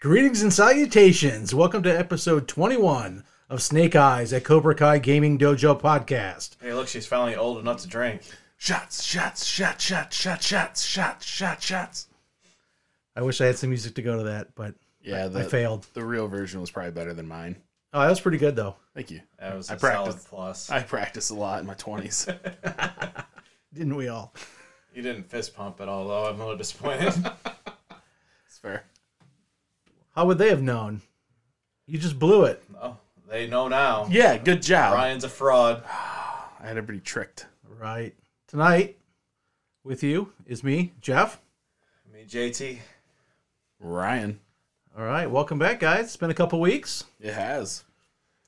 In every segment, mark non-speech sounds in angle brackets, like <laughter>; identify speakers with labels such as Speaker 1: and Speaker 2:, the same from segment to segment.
Speaker 1: Greetings and salutations. Welcome to episode 21 of Snake Eyes at Cobra Kai Gaming Dojo podcast.
Speaker 2: Hey, look, she's finally old enough to drink.
Speaker 3: Shots, shots, shots, shots, shots, shots, shots, shots, shots.
Speaker 1: I wish I had some music to go to that, but
Speaker 3: Yeah, the,
Speaker 1: I failed.
Speaker 3: the real version was probably better than mine.
Speaker 1: Oh, that was pretty good though.
Speaker 3: Thank you.
Speaker 2: That was a
Speaker 3: I practiced.
Speaker 2: solid plus.
Speaker 3: I practiced a lot in my <laughs> 20s.
Speaker 1: Didn't we all?
Speaker 2: you didn't fist pump at all, though. I'm a
Speaker 1: <laughs>
Speaker 2: little disappointed.
Speaker 3: it's fair.
Speaker 1: How would they have known? You just blew it.
Speaker 2: oh, they know now.
Speaker 3: Yeah, good job.
Speaker 2: Ryan's a fraud.
Speaker 3: I had everybody tricked.
Speaker 1: Right. Tonight with you is me, Jeff.
Speaker 2: I mean, JT.
Speaker 3: Ryan.
Speaker 1: All right. Welcome back, guys. It's been a couple weeks.
Speaker 3: It has.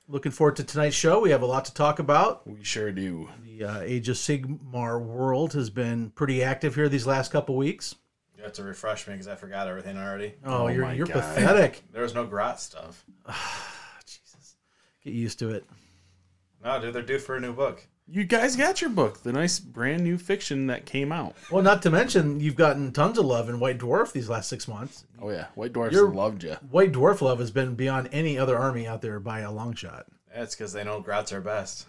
Speaker 1: Looking forward to tonight's show. We have a lot to talk about.
Speaker 3: We sure do.
Speaker 1: The uh, Age of Sigmar world has been pretty active here these last couple weeks.
Speaker 2: You have to refresh me because I forgot everything already.
Speaker 1: Oh,
Speaker 3: Oh
Speaker 1: you're
Speaker 3: my
Speaker 1: you're
Speaker 3: God.
Speaker 1: pathetic.
Speaker 2: There was no Grot stuff.
Speaker 1: Get used to it.
Speaker 2: No, dude, they're due for a new book.
Speaker 3: You guys got your book, the nice brand new fiction that came out.
Speaker 1: Well, not to mention you've gotten tons of love in White Dwarf these last six months.
Speaker 3: Oh, yeah. White Dwarfs
Speaker 1: You're-
Speaker 3: loved you.
Speaker 1: White Dwarf love has been beyond any other army out there by a long shot.
Speaker 2: That's because they know Grots are best.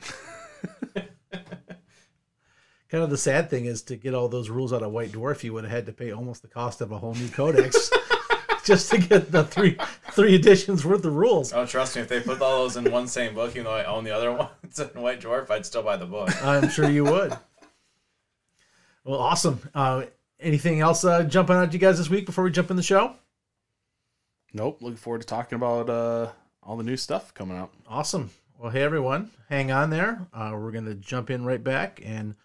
Speaker 1: Kind of the sad thing is to get all those rules out of White Dwarf, you would have had to pay almost the cost of a whole new codex just to get the three three editions worth of rules.
Speaker 2: Oh, trust me, if they put all those in one same book, even though I own the other <laughs> ones in White Dwarf, I'd still buy
Speaker 1: <laughs>
Speaker 2: the book.
Speaker 1: I'm sure you would. Well, awesome. Uh, anything else uh, jumping out to you guys this week before we jump in the show?
Speaker 3: Nope. Looking forward to talking about uh, all the new stuff coming out.
Speaker 1: Awesome. Well, hey everyone, hang on there. Uh, we're gonna jump in right back, and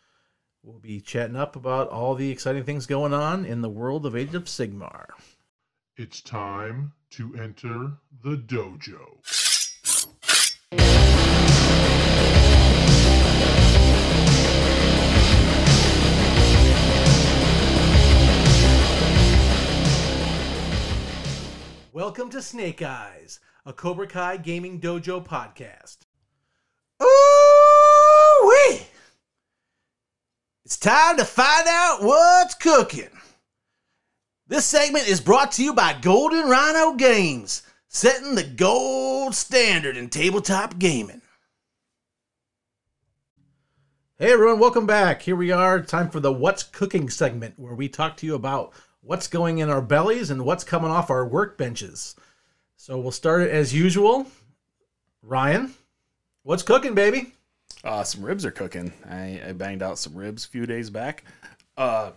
Speaker 1: we'll be chatting up about all the exciting things going on in the world of Age of Sigmar.
Speaker 4: It's time to enter the dojo.
Speaker 1: Welcome to Snake Eyes, a Cobra Kai Gaming Dojo podcast. Ooh wee! It's time to find out what's cooking. This segment is brought to you by Golden Rhino Games, setting the gold standard in tabletop gaming. Hey everyone, welcome back. Here we are. Time for the What's Cooking segment where we talk to you about what's going in our bellies and what's coming off our workbenches. So we'll start it as usual. Ryan, what's cooking, baby?
Speaker 3: Uh, some ribs are cooking. I, I banged out some ribs a few days back. Uh,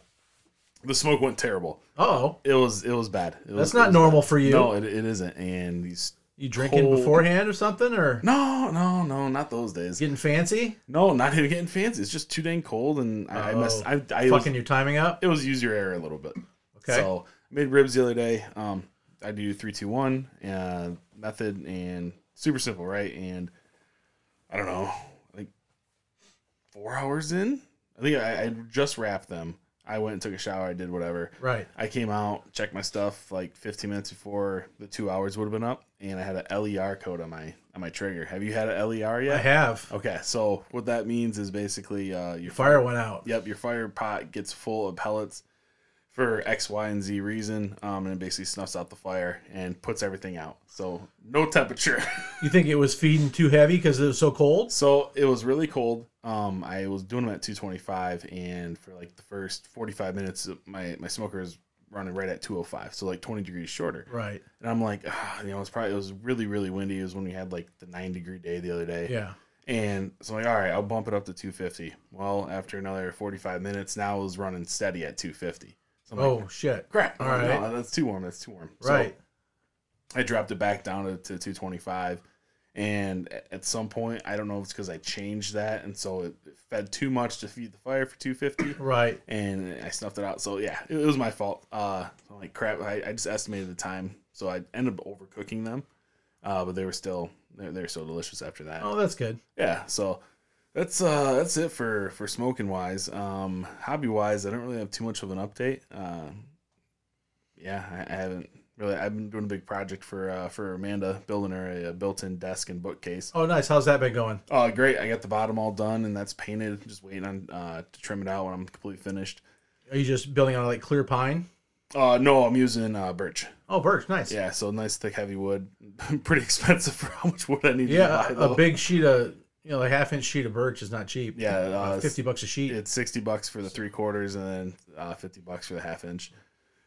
Speaker 3: the smoke went terrible.
Speaker 1: Oh,
Speaker 3: It was it was bad. It
Speaker 1: that's
Speaker 3: was, it
Speaker 1: not
Speaker 3: was
Speaker 1: normal for
Speaker 3: bad.
Speaker 1: you.
Speaker 3: No, it, it isn't. And these
Speaker 1: you drinking
Speaker 3: cold-
Speaker 1: beforehand or something or
Speaker 3: no no no not those days.
Speaker 1: getting fancy?
Speaker 3: No, not even getting fancy. It's just too dang cold, and I, I messed. I, I was,
Speaker 1: Oh. Fucking your timing up.
Speaker 3: it was use your air a little bit.
Speaker 1: Okay.
Speaker 3: So I made ribs the other day. Um, I do three two one uh, method and super simple, right? And I don't know, like four hours in. I think I, I just wrapped them. I went and took a shower. I did whatever.
Speaker 1: Right.
Speaker 3: I came out, checked my stuff like 15 minutes before the two hours would have been up, and I had a LER code on my on my trigger. Have you had a LER
Speaker 1: I
Speaker 3: yet?
Speaker 1: have.
Speaker 3: Okay, so what that means is basically uh, your
Speaker 1: Fire went out.
Speaker 3: Yep, your fire pot gets full of pellets for X, Y, and Z reason, um, and it basically snuffs out the fire and puts everything out. So no temperature. <laughs>
Speaker 1: You think it was feeding too heavy because it was so cold?
Speaker 3: so it was really cold. Um, I was doing them at 225, and for like the first 45 minutes, my my smoker is running right at 205, so like 20 degrees shorter.
Speaker 1: Right.
Speaker 3: And I'm like, ah, you know, it's probably it was really really windy. It was when we had like the nine degree day the other day.
Speaker 1: Yeah.
Speaker 3: And so I'm like, all right, I'll bump it up to 250. Well, after another 45 minutes, now it was running steady at 250. So I'm
Speaker 1: Oh
Speaker 3: like,
Speaker 1: shit.
Speaker 3: crap.
Speaker 1: all
Speaker 3: All right.
Speaker 1: right.
Speaker 3: that's too warm. That's too warm.
Speaker 1: Right.
Speaker 3: So I dropped it back down to, to 225. And a- at some point, I don't know if it's because I changed that. And so it it fed too much to feed the fire for 250.
Speaker 1: right.
Speaker 3: And I snuffed it out. So yeah, it, it was my fault. Uh, so I'm like, crap. I, I just estimated the time. So I ended up overcooking them. Uh, but they were still, they're, they're so delicious after that
Speaker 1: Oh, that's good.
Speaker 3: yeah so that's uh that's it for for smoking wise um hobby wise i don't really have too much of an update uh, yeah I, I haven't really i've been doing a big project for uh for amanda building her a, a built-in desk and bookcase
Speaker 1: Oh, nice. How's that been going?
Speaker 3: oh great i got the bottom all done and that's painted just waiting on uh to trim it out when i'm completely finished
Speaker 1: Are you just building on like clear pine?
Speaker 3: Uh, no, I'm using uh, birch.
Speaker 1: Oh, birch, nice.
Speaker 3: Yeah, so nice thick heavy wood. <laughs> Pretty expensive for how much wood I need
Speaker 1: Yeah,
Speaker 3: to buy.
Speaker 1: a
Speaker 3: though.
Speaker 1: big sheet of you know, a half inch sheet of birch is not cheap.
Speaker 3: Yeah,
Speaker 1: Uh,
Speaker 3: uh,
Speaker 1: fifty bucks a sheet.
Speaker 3: It's sixty bucks for the three quarters, and then uh, fifty bucks for the half inch.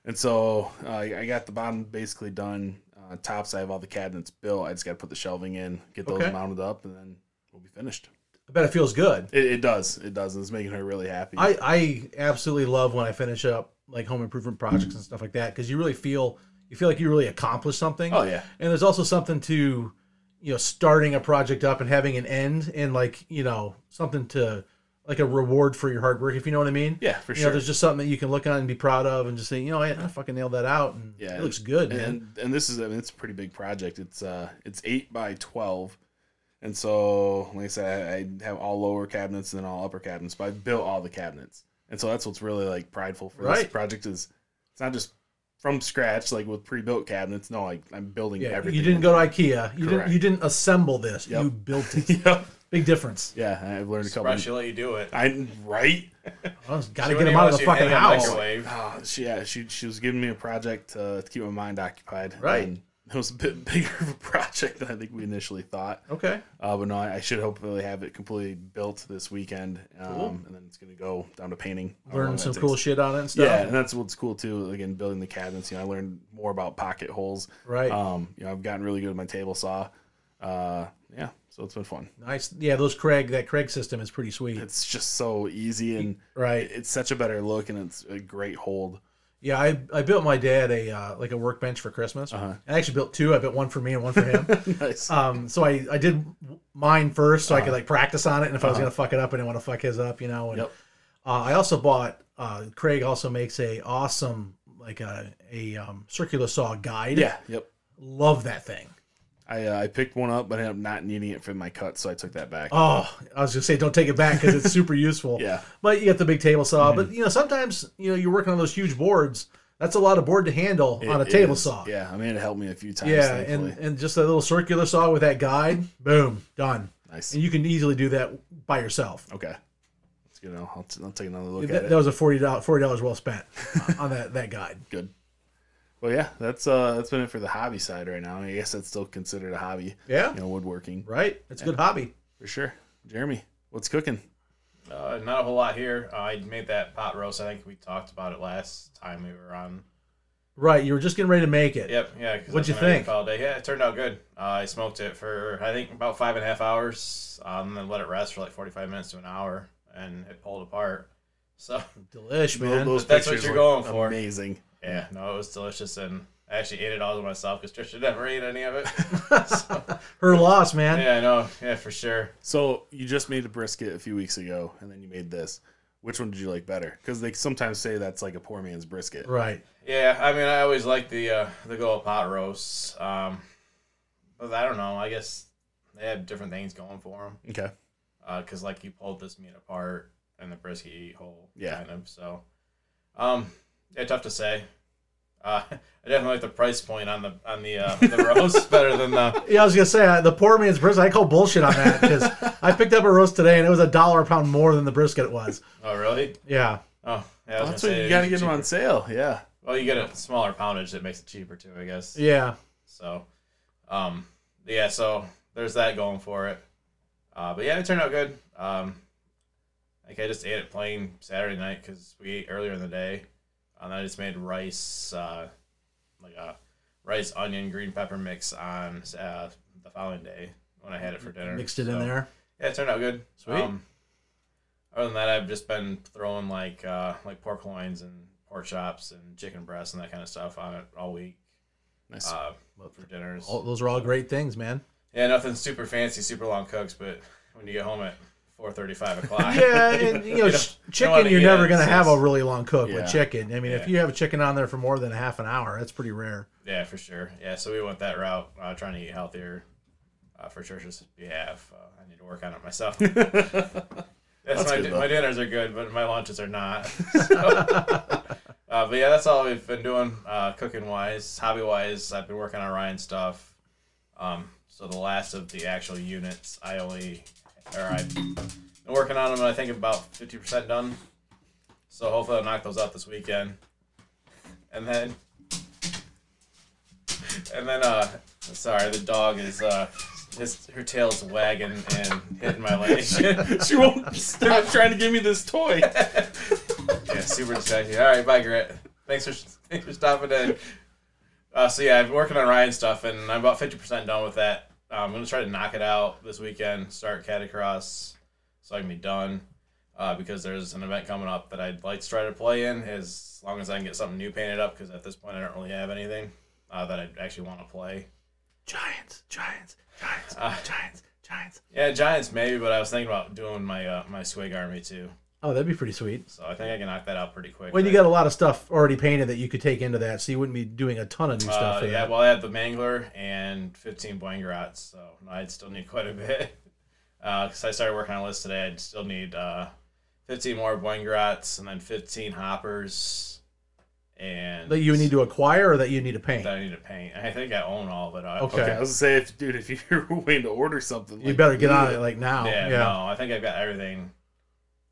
Speaker 3: And so uh, I I got the bottom basically done. Uh, tops, I have all the cabinets built. I just got to put the shelving in, get those
Speaker 1: Okay.
Speaker 3: mounted up, and then we'll be finished.
Speaker 1: I bet it feels good.
Speaker 3: It, it does. It does. It's making her really happy.
Speaker 1: I I absolutely love when I finish up like home improvement projects and stuff like that because you really feel you feel like you really accomplished something.
Speaker 3: oh yeah.
Speaker 1: And there's also something to, you know, starting a project up and having an end and like, you know, something to like a reward for your hard work, if you know what I mean.
Speaker 3: Yeah, for
Speaker 1: you know,
Speaker 3: sure.
Speaker 1: there's just something that you can look on and be proud of and just say, you know, I, I fucking nailed that out and
Speaker 3: Yeah,
Speaker 1: it looks good, man.
Speaker 3: and and this is I mean, it's a pretty big project. It's uh it's eight by twelve, and so like I said, I, I have all lower cabinets and then all upper cabinets, but I built all the cabinets, and so that's what's really like prideful for this
Speaker 1: Right.
Speaker 3: project is it's not just from scratch like with pre-built cabinets. No, like I'm building
Speaker 1: Yeah,
Speaker 3: everything.
Speaker 1: you didn't go to IKEA. You
Speaker 3: Correct.
Speaker 1: didn't you didn't assemble this.
Speaker 3: Yep.
Speaker 1: You built
Speaker 3: <laughs>
Speaker 1: it.
Speaker 3: yeah,
Speaker 1: Big difference.
Speaker 3: yeah. I've learned a couple.
Speaker 2: Surprised she let you do it.
Speaker 3: I right.
Speaker 1: I just gotta
Speaker 2: She
Speaker 1: get
Speaker 2: wouldn't
Speaker 1: them
Speaker 2: even
Speaker 1: out of
Speaker 2: let
Speaker 1: the
Speaker 2: you
Speaker 1: fucking
Speaker 2: hang a
Speaker 1: house.
Speaker 2: microwave.
Speaker 3: Oh, she, yeah, she she was giving me a project uh, to, to keep my mind occupied.
Speaker 1: Right.
Speaker 3: And it was a bit <laughs> bigger of a project than I think we initially thought.
Speaker 1: Okay.
Speaker 3: Uh, but no, I, I should hopefully have it completely built this weekend, um,
Speaker 1: Cool.
Speaker 3: and then it's gonna go down to painting. how long
Speaker 1: Learn
Speaker 3: that
Speaker 1: some
Speaker 3: takes.
Speaker 1: cool shit on it and stuff.
Speaker 3: Yeah, and that's what's cool too. Again, building the cabinets, you know, I learned more about pocket holes.
Speaker 1: Right.
Speaker 3: Um, you know, I've gotten really good at my table saw. Uh, yeah, so it's been fun.
Speaker 1: nice. Yeah, those Craig that Craig system is pretty sweet.
Speaker 3: It's just so easy, and
Speaker 1: right.
Speaker 3: it's such a better look, and it's a
Speaker 1: <laughs>
Speaker 3: great hold.
Speaker 1: Yeah, I, I built my dad a uh, like a workbench for Christmas.
Speaker 3: Uh-huh.
Speaker 1: I actually built two. I built one for me and one for him.
Speaker 3: <laughs> nice.
Speaker 1: um, so I, I did mine first so I could like practice on it, and if I was gonna fuck it up, I didn't want to fuck his up, you know. And
Speaker 3: Uh-huh. Yep.
Speaker 1: uh, I also bought uh, Craig also makes a awesome like a a um, circular saw guide.
Speaker 3: yeah. Yep.
Speaker 1: love that thing.
Speaker 3: I uh, I picked one up, but I ended up not needing it for my cut, so I took that back.
Speaker 1: Oh, I was gonna say don't take it back because it's super useful.
Speaker 3: <laughs> Yeah. Mm-hmm.
Speaker 1: but you got the big table saw. But you know sometimes you know you're working on those huge boards. That's a lot of board to handle on a
Speaker 3: It
Speaker 1: table
Speaker 3: is-
Speaker 1: saw.
Speaker 3: Yeah, I mean it helped me a few times.
Speaker 1: Yeah,
Speaker 3: thankfully.
Speaker 1: and, and just a little circular saw with that guide, boom, done.
Speaker 3: nice.
Speaker 1: And you can easily do that by yourself.
Speaker 3: Okay. That's good. I'll, I'll, t- I'll take another look at
Speaker 1: That,
Speaker 3: it.
Speaker 1: that was a forty dollars forty dollars well spent <laughs> on that that
Speaker 3: <laughs>
Speaker 1: guide.
Speaker 3: good. Well, yeah, that's uh, that's been it for the hobby side right now. I guess that's still considered a hobby.
Speaker 1: Yeah,
Speaker 3: You know, woodworking
Speaker 1: right. It's a good hobby.
Speaker 3: for sure. Jeremy, what's cooking?
Speaker 2: Uh, not a whole lot here. Uh, I made that pot roast. I think we talked about it last time we were on.
Speaker 1: Right, you were just getting ready to make it.
Speaker 2: Yep. Yeah. 'cause
Speaker 1: What'd
Speaker 2: I've
Speaker 1: you
Speaker 2: been at it
Speaker 1: think?
Speaker 2: All day. Yeah, it turned out good. Uh, I smoked it for I think about five and a half hours, um, and then let it rest for like forty-five minutes to an hour, and it pulled apart. So <laughs>
Speaker 1: Delish, man.
Speaker 2: But that's what
Speaker 3: pictures
Speaker 2: you're going
Speaker 3: look
Speaker 2: for.
Speaker 3: Amazing.
Speaker 2: yeah, no, it was delicious, and I actually ate it all to myself because Trisha never ate any
Speaker 1: <laughs>
Speaker 2: of it.
Speaker 1: Her loss, man.
Speaker 2: yeah, I know. Yeah, for sure.
Speaker 3: So you just made a brisket a few weeks ago, and then you made this. Which one did you like better? Because they sometimes say that's like a poor man's brisket.
Speaker 1: Right.
Speaker 2: Yeah, I mean, I always like the uh, the good old pot roasts. Um, but I don't know. I guess they have different things going for them
Speaker 3: Okay.
Speaker 2: because, Uh, like, you pulled this meat apart and the brisket you eat whole.
Speaker 3: Yeah.
Speaker 2: Kind of. So, um, yeah, tough to say. Uh, <laughs> I definitely like the price point on the on the uh,
Speaker 3: <laughs>
Speaker 2: the roast better than the.
Speaker 1: Yeah, I was gonna say uh, the poor man's brisket. I call bullshit on that because I picked up a roast today and it was a dollar a pound more than the brisket was.
Speaker 2: Oh, really?
Speaker 1: Yeah.
Speaker 2: Oh, yeah. I was
Speaker 3: That's
Speaker 2: gonna
Speaker 3: what
Speaker 2: say,
Speaker 3: you got to
Speaker 2: it's
Speaker 3: get them on
Speaker 2: cheaper.
Speaker 3: sale. Yeah.
Speaker 2: Well, you get a smaller poundage that makes it cheaper too, I guess.
Speaker 1: Yeah.
Speaker 2: So, um, yeah, so there's that going for it. Uh, but yeah, it turned out good. Um, like I just ate it plain Saturday night because we ate earlier in the day, and I just made rice, uh, like a rice onion green pepper mix on uh, the following day when I had it for dinner.
Speaker 1: Mixed it in
Speaker 2: So,
Speaker 1: there.
Speaker 2: Yeah, it turned out good. Um,
Speaker 1: Sweet.
Speaker 2: other than that, I've just been throwing like uh, like pork loins and pork chops and chicken breasts and that kind of stuff on it all week
Speaker 3: Nice.
Speaker 2: uh, for dinners.
Speaker 1: All, those are all great things,
Speaker 2: <laughs>
Speaker 1: man.
Speaker 2: Yeah, nothing super fancy, super long cooks, but when you get home at four thirty, five o'clock,
Speaker 1: Yeah, and you know, ch-
Speaker 2: You don't- you don't
Speaker 1: chicken
Speaker 2: wanna
Speaker 1: you're
Speaker 2: eat
Speaker 1: never
Speaker 2: it,
Speaker 1: going to
Speaker 2: so
Speaker 1: have a
Speaker 2: it's-
Speaker 1: really long cook
Speaker 3: Yeah.
Speaker 1: with chicken. I mean, if
Speaker 2: Yeah.
Speaker 1: you have a chicken on there for more than a half an hour, that's pretty rare.
Speaker 2: yeah, for sure. Yeah, so we went that route, uh, trying to eat healthier uh, for Trisha's behalf. Uh, I need to work on it myself. That's,
Speaker 3: That's
Speaker 2: my,
Speaker 3: good,
Speaker 2: di-
Speaker 3: though.
Speaker 2: my dinners are good, but my lunches are not. So- uh, but yeah, that's all we've been doing, uh, cooking wise, hobby wise. I've been working on Ryan stuff. Um, so the last of the actual units, I only, or I've been working on them. I think about fifty percent done. So hopefully I'll knock those out this weekend. and then and then uh sorry the dog is uh his her tail's wagging and hitting my leg
Speaker 3: <laughs>
Speaker 2: <laughs>
Speaker 3: she won't <laughs> stop trying to give me
Speaker 1: <laughs>
Speaker 3: this toy.
Speaker 2: yeah super distracting all right bye Gret thanks for thanks for stopping in uh so yeah I've been working on Ryan stuff and I'm about 50% done with that um, I'm gonna try to knock it out this weekend start Catacross so I can be done uh, because there's an event coming up that I'd like to try to play in as long as I can get something new painted up because at this point I don't really have anything uh, that I actually want to play.
Speaker 1: Giants, giants, giants,
Speaker 2: Ah.
Speaker 1: giants, giants.
Speaker 2: Yeah, Giants maybe, but I was thinking about doing my uh, my Swig Army too.
Speaker 1: Oh, that'd be pretty sweet.
Speaker 2: So I think I can knock that out pretty quick.
Speaker 1: Well, you got a lot of stuff already painted that you could take into that, so you wouldn't be doing a ton of new
Speaker 2: uh,
Speaker 1: stuff for
Speaker 2: yeah,
Speaker 1: that.
Speaker 2: well, I have the Mangler and 15 Boingrats, so I'd still need quite a bit. <laughs> Because I started working on a list today, I'd still need uh, 15 more Boingrats and then 15 Hoppers. And
Speaker 1: that you need to acquire or that you need to paint.
Speaker 2: that I need to paint. I think I own all of it. I-
Speaker 1: Okay.
Speaker 3: Okay, I was gonna say, if dude, if you're <laughs> waiting to order something,
Speaker 1: you better get on it like now.
Speaker 2: Yeah,
Speaker 1: Oh, Yeah.
Speaker 2: no, I think I've got everything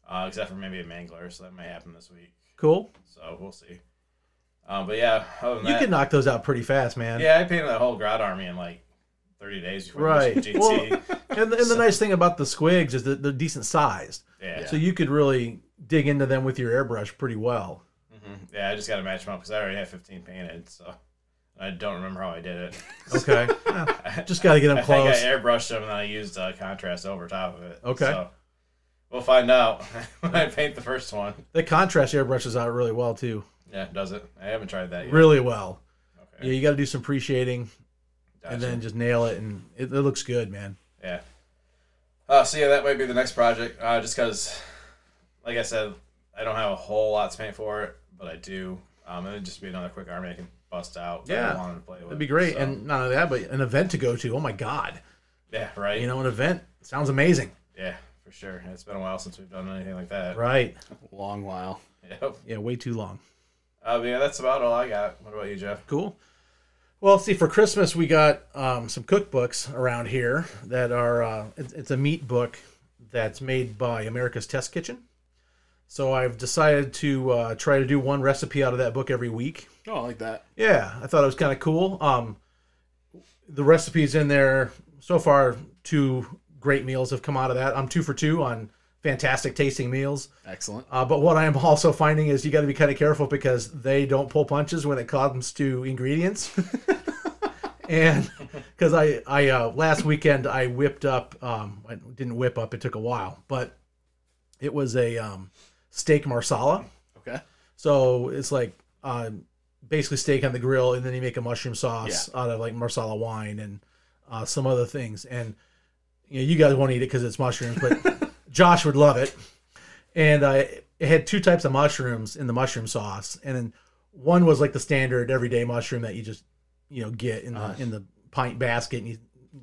Speaker 2: uh, except for maybe a Mangler, so that might happen this week.
Speaker 1: Cool.
Speaker 2: So we'll see. Um, but yeah, other than
Speaker 1: You
Speaker 2: that,
Speaker 1: can knock those out pretty fast, man.
Speaker 2: yeah, I painted that whole Grod army in like 30 days before
Speaker 1: Right.
Speaker 2: right. GT.
Speaker 1: Well- And, the- and the nice thing about the squigs is that they're decent sized,
Speaker 2: yeah.
Speaker 1: so you could really dig into them with your airbrush pretty <laughs> well.
Speaker 2: hmm yeah, I just got to match them up because I already have 15 painted, so I don't remember how I did it.
Speaker 1: Okay. Just got to get
Speaker 2: <laughs> I
Speaker 1: them
Speaker 2: think I
Speaker 1: close.
Speaker 2: airbrushed them and then I used uh, contrast over top of it.
Speaker 1: Okay.
Speaker 2: So we'll find out <laughs> when I paint the first one.
Speaker 1: The contrast airbrushes out really well too.
Speaker 2: Yeah, does it? I haven't tried that yet.
Speaker 1: Really well.
Speaker 2: Okay.
Speaker 1: Yeah, you got to do some pre shading
Speaker 2: Gotcha.
Speaker 1: and then just nail it, and it, it looks good, man.
Speaker 2: Yeah. Uh, so yeah, that might be the next project. Uh, just because, like I said, I don't have a whole lot to paint for it, but I do. Um, and it'd just be another quick army I can bust out. that
Speaker 1: Yeah.
Speaker 2: I wanted to play with.
Speaker 1: That'd be great.
Speaker 2: So,
Speaker 1: And not only that, but an event to go to. Oh my god,
Speaker 2: yeah, right.
Speaker 1: you know, an event sounds amazing,
Speaker 2: yeah, for sure. It's been a while since we've done anything like that.
Speaker 1: right?
Speaker 3: long while.
Speaker 2: Yep.
Speaker 1: Yeah, way too long.
Speaker 2: Uh, but yeah, that's about all I got. What about you, Jeff?
Speaker 1: Cool. Well, see, for Christmas we got um, some cookbooks around here that are. Uh, it's, it's a meat book that's made by America's Test Kitchen. So I've decided to uh, try to do one recipe out of that book every week.
Speaker 3: Oh, I like that.
Speaker 1: Yeah, I thought it was kind of cool. Um, the recipes in there so far, two great meals have come out of that. I'm two for two on fantastic tasting meals.
Speaker 3: Excellent.
Speaker 1: Uh, but what I'm also finding is you got to be kind of careful because they don't pull punches when it comes to ingredients. <laughs> and because I, I uh, last weekend I whipped up, um, I didn't whip up. It took a while, but it was a um, steak marsala.
Speaker 3: Okay.
Speaker 1: So it's like uh, basically steak on the grill, and then you make a mushroom sauce out of like marsala wine and uh, some other things. And you know, you guys won't eat it because it's mushrooms, but Josh would love it. And uh, it had two types of mushrooms in the mushroom sauce, and then one was like the standard everyday mushroom that you just you know get in the in the pint basket and you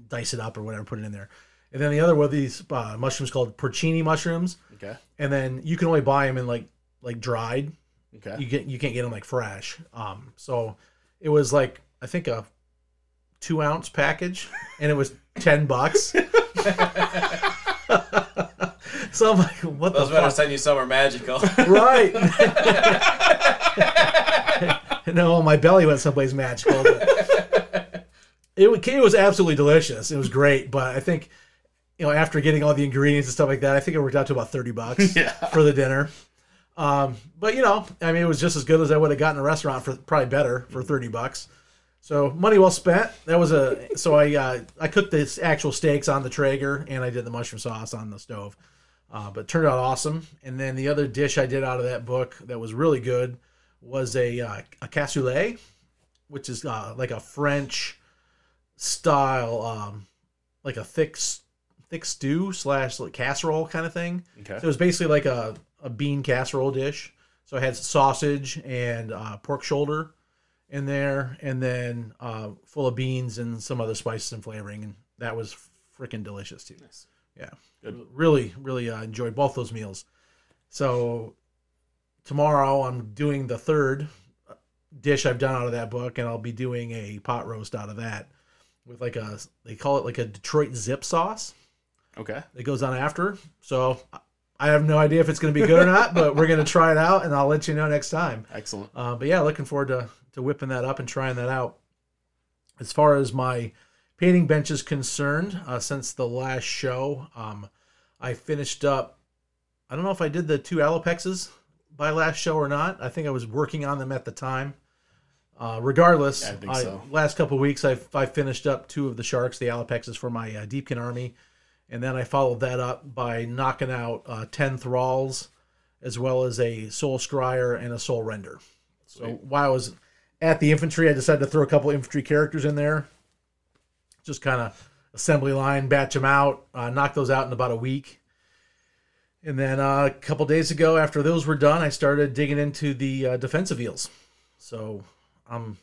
Speaker 1: dice it up or whatever, put it in there. And then the other were these uh, mushrooms called porcini mushrooms,
Speaker 3: Okay.
Speaker 1: and then you can only buy them in like like dried
Speaker 3: Okay.
Speaker 1: you get you can't get them like fresh. Um, so it was like I think a two ounce package, and it was ten bucks. <laughs> so I'm like, what
Speaker 2: Those
Speaker 1: the fuck?
Speaker 2: better send you
Speaker 1: <laughs>
Speaker 2: somewhere magical. <laughs>
Speaker 1: right. <laughs> no, my belly went someplace magical. But it, was, it was absolutely delicious. It was great, but I think you know after getting all the ingredients and stuff like that, I think it worked out to about thirty bucks
Speaker 3: <laughs> <laughs> Yeah.
Speaker 1: for the dinner. Um, but you know, I mean, it was just as good as I would have gotten in a restaurant for probably better for thirty bucks. So money well spent. That was a so I uh, I cooked this actual steaks on the Traeger and I did the mushroom sauce on the stove, uh, but it turned out awesome. And then the other dish I did out of that book that was really good was a uh, a cassoulet, which is uh, like a French style, um, like a thick s- thick stew slash like casserole kind of thing.
Speaker 3: Okay.
Speaker 1: So it was basically like a, a bean casserole dish. So it had sausage and uh, pork shoulder in there, and then uh, full of beans and some other spices and flavoring, and that was freaking delicious too. Yeah, really, really uh, enjoyed both those meals. So tomorrow I'm doing the third uh, dish I've done out of that book, and I'll be doing a pot roast out of that with like a they call it like a Detroit zip sauce
Speaker 3: Okay.
Speaker 1: that goes on after. So I- I have no idea if it's going to be good or not, but we're going to try it out, and I'll let you know next time.
Speaker 3: Excellent.
Speaker 1: Uh, but yeah, looking forward to to whipping that up and trying that out. As far as my painting bench is concerned, uh, since the last show, um, I finished up. I don't know if I did the two alopexes by last show or not. I think I was working on them at the time. Uh, regardless,
Speaker 3: Yeah, I think so.
Speaker 1: last couple weeks I, I finished up two of the sharks, the alopexes for my uh, Deepkin army, and then I followed that up by knocking out uh, ten thralls, as well as a soul scryer and a soul render. So while I was at the infantry, I decided to throw a couple infantry characters in there. Just kind of assembly line, batch them out, uh, knock those out in about a week. And then uh, a couple days ago, after those were done, I started digging into the uh, defensive eels. So I'm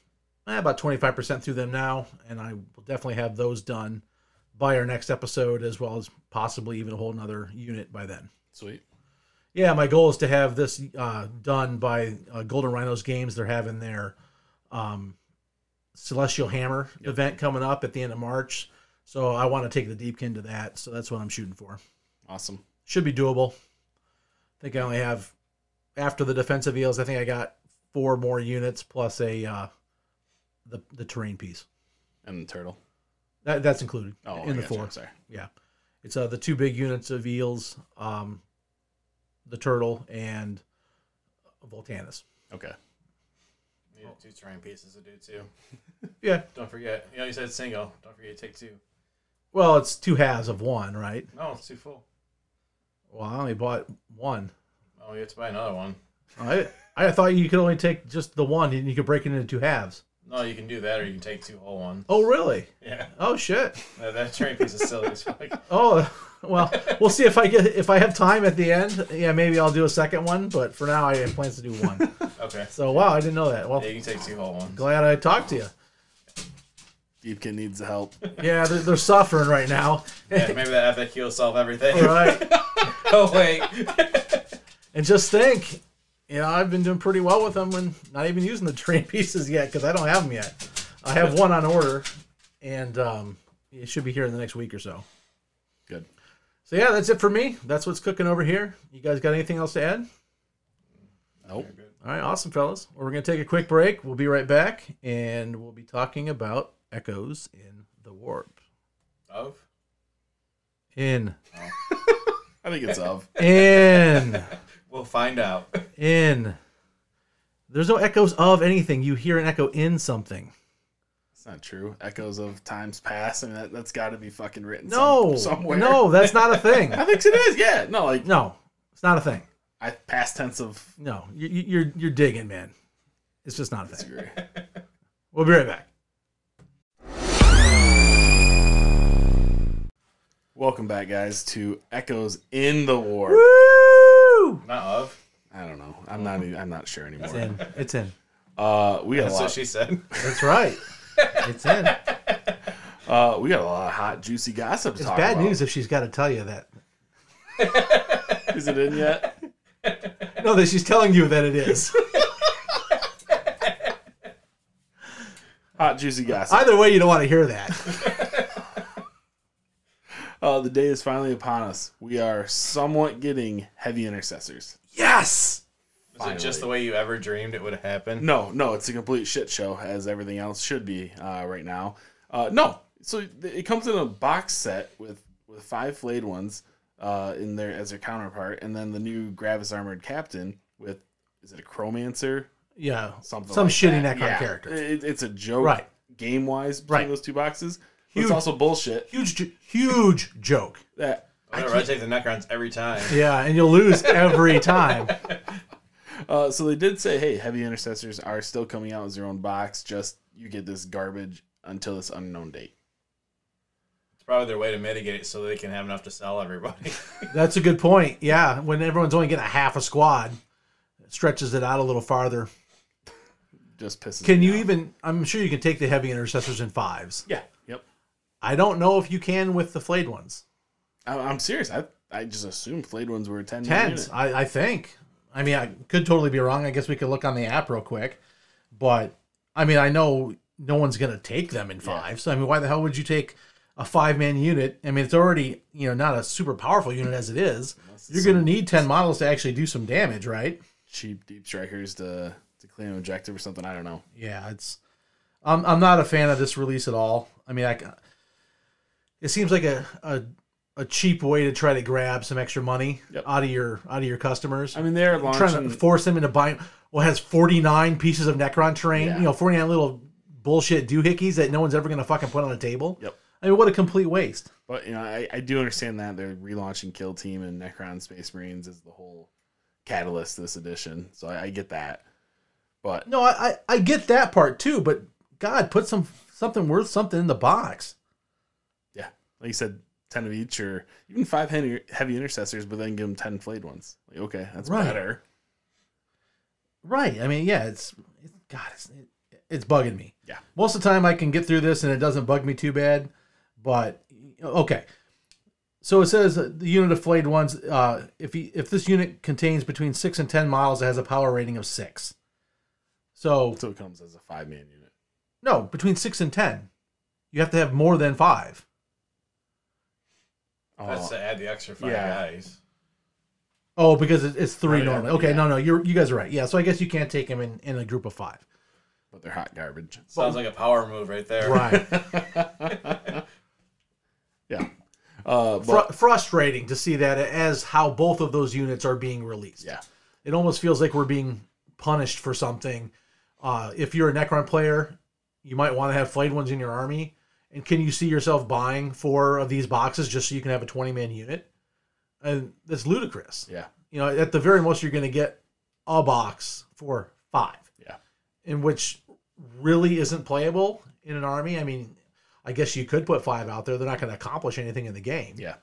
Speaker 1: eh, about 25% through them now, and I will definitely have those done by our next episode, as well as possibly even a whole another unit by then.
Speaker 3: Sweet.
Speaker 1: Yeah, my goal is to have this uh, done by uh, Golden Rhinos Games. They're having their um, Celestial Hammer event coming up at the end of March. So I want to take the Deepkin to that. So that's what I'm shooting for.
Speaker 3: Awesome.
Speaker 1: Should be doable. I think I only have, after the defensive eels, I think I got four more units plus a uh, the, the terrain piece.
Speaker 3: And the turtle.
Speaker 1: That, that's included
Speaker 3: Oh,
Speaker 1: in
Speaker 3: I
Speaker 1: the
Speaker 3: gotcha.
Speaker 1: four.
Speaker 3: Sorry.
Speaker 1: Yeah. It's uh, the two big units of eels, um, the turtle, and Voltanus.
Speaker 3: Okay.
Speaker 2: You need two terrain pieces to do too.
Speaker 1: Yeah.
Speaker 2: Don't forget. You know, you said single. Don't forget to take two.
Speaker 1: Well, it's two halves of one, right?
Speaker 2: No, it's too full.
Speaker 1: Well, I only bought one.
Speaker 2: Oh, you have to buy another one.
Speaker 1: I I thought you could only take just the one and you could break it into two halves.
Speaker 2: No, you can do that, or you can take two whole ones.
Speaker 1: Oh, really?
Speaker 2: Yeah,
Speaker 1: Oh shit.
Speaker 2: <laughs> that, that terrain piece is silly
Speaker 1: <laughs>
Speaker 2: as fuck.
Speaker 1: Oh, well, we'll see if I get if I have time at the end. Yeah, maybe I'll do a second one, but for now I have plans to do one.
Speaker 2: Okay,
Speaker 1: So, wow, I didn't know that. Well,
Speaker 2: yeah, you can take two whole ones.
Speaker 1: glad I talked to you.
Speaker 3: Deepkin needs the help.
Speaker 1: Yeah, they're, they're suffering right now.
Speaker 2: Yeah, maybe that FAQ will solve everything.
Speaker 1: All right.
Speaker 2: <laughs> oh
Speaker 1: <laughs>
Speaker 2: wait,
Speaker 1: And just think, you know, I've been doing pretty well with them and not even using the <laughs> train pieces yet because I don't have them yet. I have one on order, and um, it should be here in the next week or so.
Speaker 3: Good.
Speaker 1: So yeah, that's it for me. That's what's cooking over here. You guys got anything else to add?
Speaker 3: Nope.
Speaker 1: All right, awesome, fellas. Well, we're gonna take a quick break. We'll be right back, and we'll be talking about echoes in the warp.
Speaker 2: of
Speaker 1: In,
Speaker 3: I think it's of. <laughs>
Speaker 1: in,
Speaker 2: we'll find out.
Speaker 1: in. There's no echoes of anything. You hear an echo in something.
Speaker 3: It's not true. Echoes of times past. I mean, that, that's got to be fucking written
Speaker 1: No,
Speaker 3: some- somewhere.
Speaker 1: no, that's not a thing.
Speaker 3: <laughs> I think it is. Yeah. No, like
Speaker 1: No, it's not a thing.
Speaker 3: I past tense of.
Speaker 1: No, you, you- you're you're digging, man. It's just not a thing.
Speaker 3: Disagree.
Speaker 1: We'll be right back.
Speaker 3: Welcome back, guys, to Echoes in the War.
Speaker 1: Woo!
Speaker 2: Not of.
Speaker 3: I don't know. I'm not. even- I'm not sure anymore.
Speaker 1: It's in. It's in.
Speaker 3: Uh, we got a
Speaker 2: That's what
Speaker 3: lot.
Speaker 2: she said. <laughs>
Speaker 1: That's right. It's <laughs> in.
Speaker 3: Uh, we got a lot of hot, juicy gossip to
Speaker 1: It's
Speaker 3: talk
Speaker 1: bad
Speaker 3: about.
Speaker 1: news if she's got to tell you that.
Speaker 3: Is it
Speaker 1: <laughs>
Speaker 3: in yet?
Speaker 1: No, that she's telling you that it <laughs> is.
Speaker 3: Hot, juicy gossip.
Speaker 1: Either way, you don't want to hear that.
Speaker 3: Uh, the day is finally upon us. We are somewhat getting heavy intercessors.
Speaker 1: Yes.
Speaker 2: Is it just the way you ever dreamed it would happen?
Speaker 3: No, no, it's a complete shit show, as everything else should be uh, right now. Uh, no, so th- it comes in a box set with with five flayed ones uh, in there as their counterpart, and then the new Gravis armored captain with is it a Chromancer?
Speaker 1: Yeah.
Speaker 3: Something
Speaker 1: Some
Speaker 3: like
Speaker 1: shitty
Speaker 3: that.
Speaker 1: neckline
Speaker 3: Yeah.
Speaker 1: character.
Speaker 3: It, it's a joke,
Speaker 1: Right.
Speaker 3: Game wise, between
Speaker 1: Right.
Speaker 3: those two boxes, But
Speaker 1: Huge.
Speaker 3: it's also bullshit.
Speaker 1: <laughs> Huge, jo- huge joke.
Speaker 3: That
Speaker 2: I'm gonna rotate the Necrons every time.
Speaker 1: Yeah, and you'll lose every time.
Speaker 3: Uh, so they did say, hey, heavy intercessors are still coming out as their own box. Just you get this garbage until this unknown date.
Speaker 2: It's probably their way to mitigate it so they can have enough to sell
Speaker 1: <laughs>
Speaker 2: everybody.
Speaker 1: That's a good point. Yeah, when everyone's only getting a half a squad, it stretches it out a little farther.
Speaker 3: Just pisses.
Speaker 1: Can
Speaker 3: me
Speaker 1: you
Speaker 3: off.
Speaker 1: even? I'm sure you can take the heavy intercessors in fives.
Speaker 3: Yeah. Yep.
Speaker 1: I don't know if you can with the flayed ones.
Speaker 3: I, I'm serious. I I just assumed flayed ones were a ten. man
Speaker 1: Tens,
Speaker 3: unit.
Speaker 1: I, I think. I mean, I could totally be wrong. I guess we could look on the app real quick. But I mean, I know no one's going to take them in fives. I mean, why the hell would you take a five man unit, I mean, it's already you know not a super powerful unit as it is.
Speaker 3: Unless
Speaker 1: You're
Speaker 3: it's
Speaker 1: going to
Speaker 3: some
Speaker 1: need ten models to actually do some damage, right?
Speaker 3: cheap deep strikers to to clean an objective or something. I don't know.
Speaker 1: Yeah, it's. I'm I'm not a fan of this release at all. I mean, I. c- It seems like a a, a cheap way to try to grab some extra money
Speaker 3: Yep.
Speaker 1: out of your out of your customers.
Speaker 3: I mean, they're
Speaker 1: trying
Speaker 3: launching.
Speaker 1: to force them into buying. Well, it has 49 pieces of Necron terrain.
Speaker 3: Yeah.
Speaker 1: You know, 49 little bullshit doohickeys that no one's ever going to fucking put on a table.
Speaker 3: Yep.
Speaker 1: I mean, what a complete waste.
Speaker 3: but you know, I, I do understand that they're relaunching Kill Team and Necron Space Marines is the whole catalyst to this edition. So I, I get that. But
Speaker 1: No, I, I I get that part too, but God, put some something worth something in the box.
Speaker 3: like you said, ten of each or even five heavy, heavy intercessors, but then give them ten flayed ones. Like okay, that's
Speaker 1: Right.
Speaker 3: better.
Speaker 1: Right. I mean, yeah, it's, it's God, it's, it, it's bugging me.
Speaker 3: Yeah.
Speaker 1: Most of the time I can get through this and it doesn't bug me too bad, but okay. So it says that the unit of flayed ones, uh, if he, if this unit contains between six and 10 miles, it has a power rating of six. So
Speaker 3: So it comes as a five man unit.
Speaker 1: no, between six and 10, you have to have more than five.
Speaker 3: Oh,
Speaker 2: That's to add the extra five
Speaker 3: Yeah.
Speaker 2: guys.
Speaker 1: Oh, because it- it's three
Speaker 3: Right,
Speaker 1: normally. Okay.
Speaker 3: yeah.
Speaker 1: No, no, you're, you guys are right. Yeah. So I guess you can't take him in, in a group of five.
Speaker 3: but they're hot garbage.
Speaker 2: Sounds like a power move right there.
Speaker 1: Right.
Speaker 3: Yeah. Uh,
Speaker 1: Fru-
Speaker 3: but,
Speaker 1: frustrating to see that as how both of those units are being released.
Speaker 3: yeah.
Speaker 1: It almost feels like we're being punished for something. Uh, if you're a Necron player, you might want to have flayed ones in your army. And can you see yourself buying four of these boxes just so you can have a 20 man unit? And that's ludicrous.
Speaker 3: Yeah.
Speaker 1: You know, at the very most, you're going to get a box for five.
Speaker 3: Yeah.
Speaker 1: In which really isn't playable in an army. I mean, I guess you could put five out there. They're not going to accomplish anything in the game.
Speaker 3: Yeah.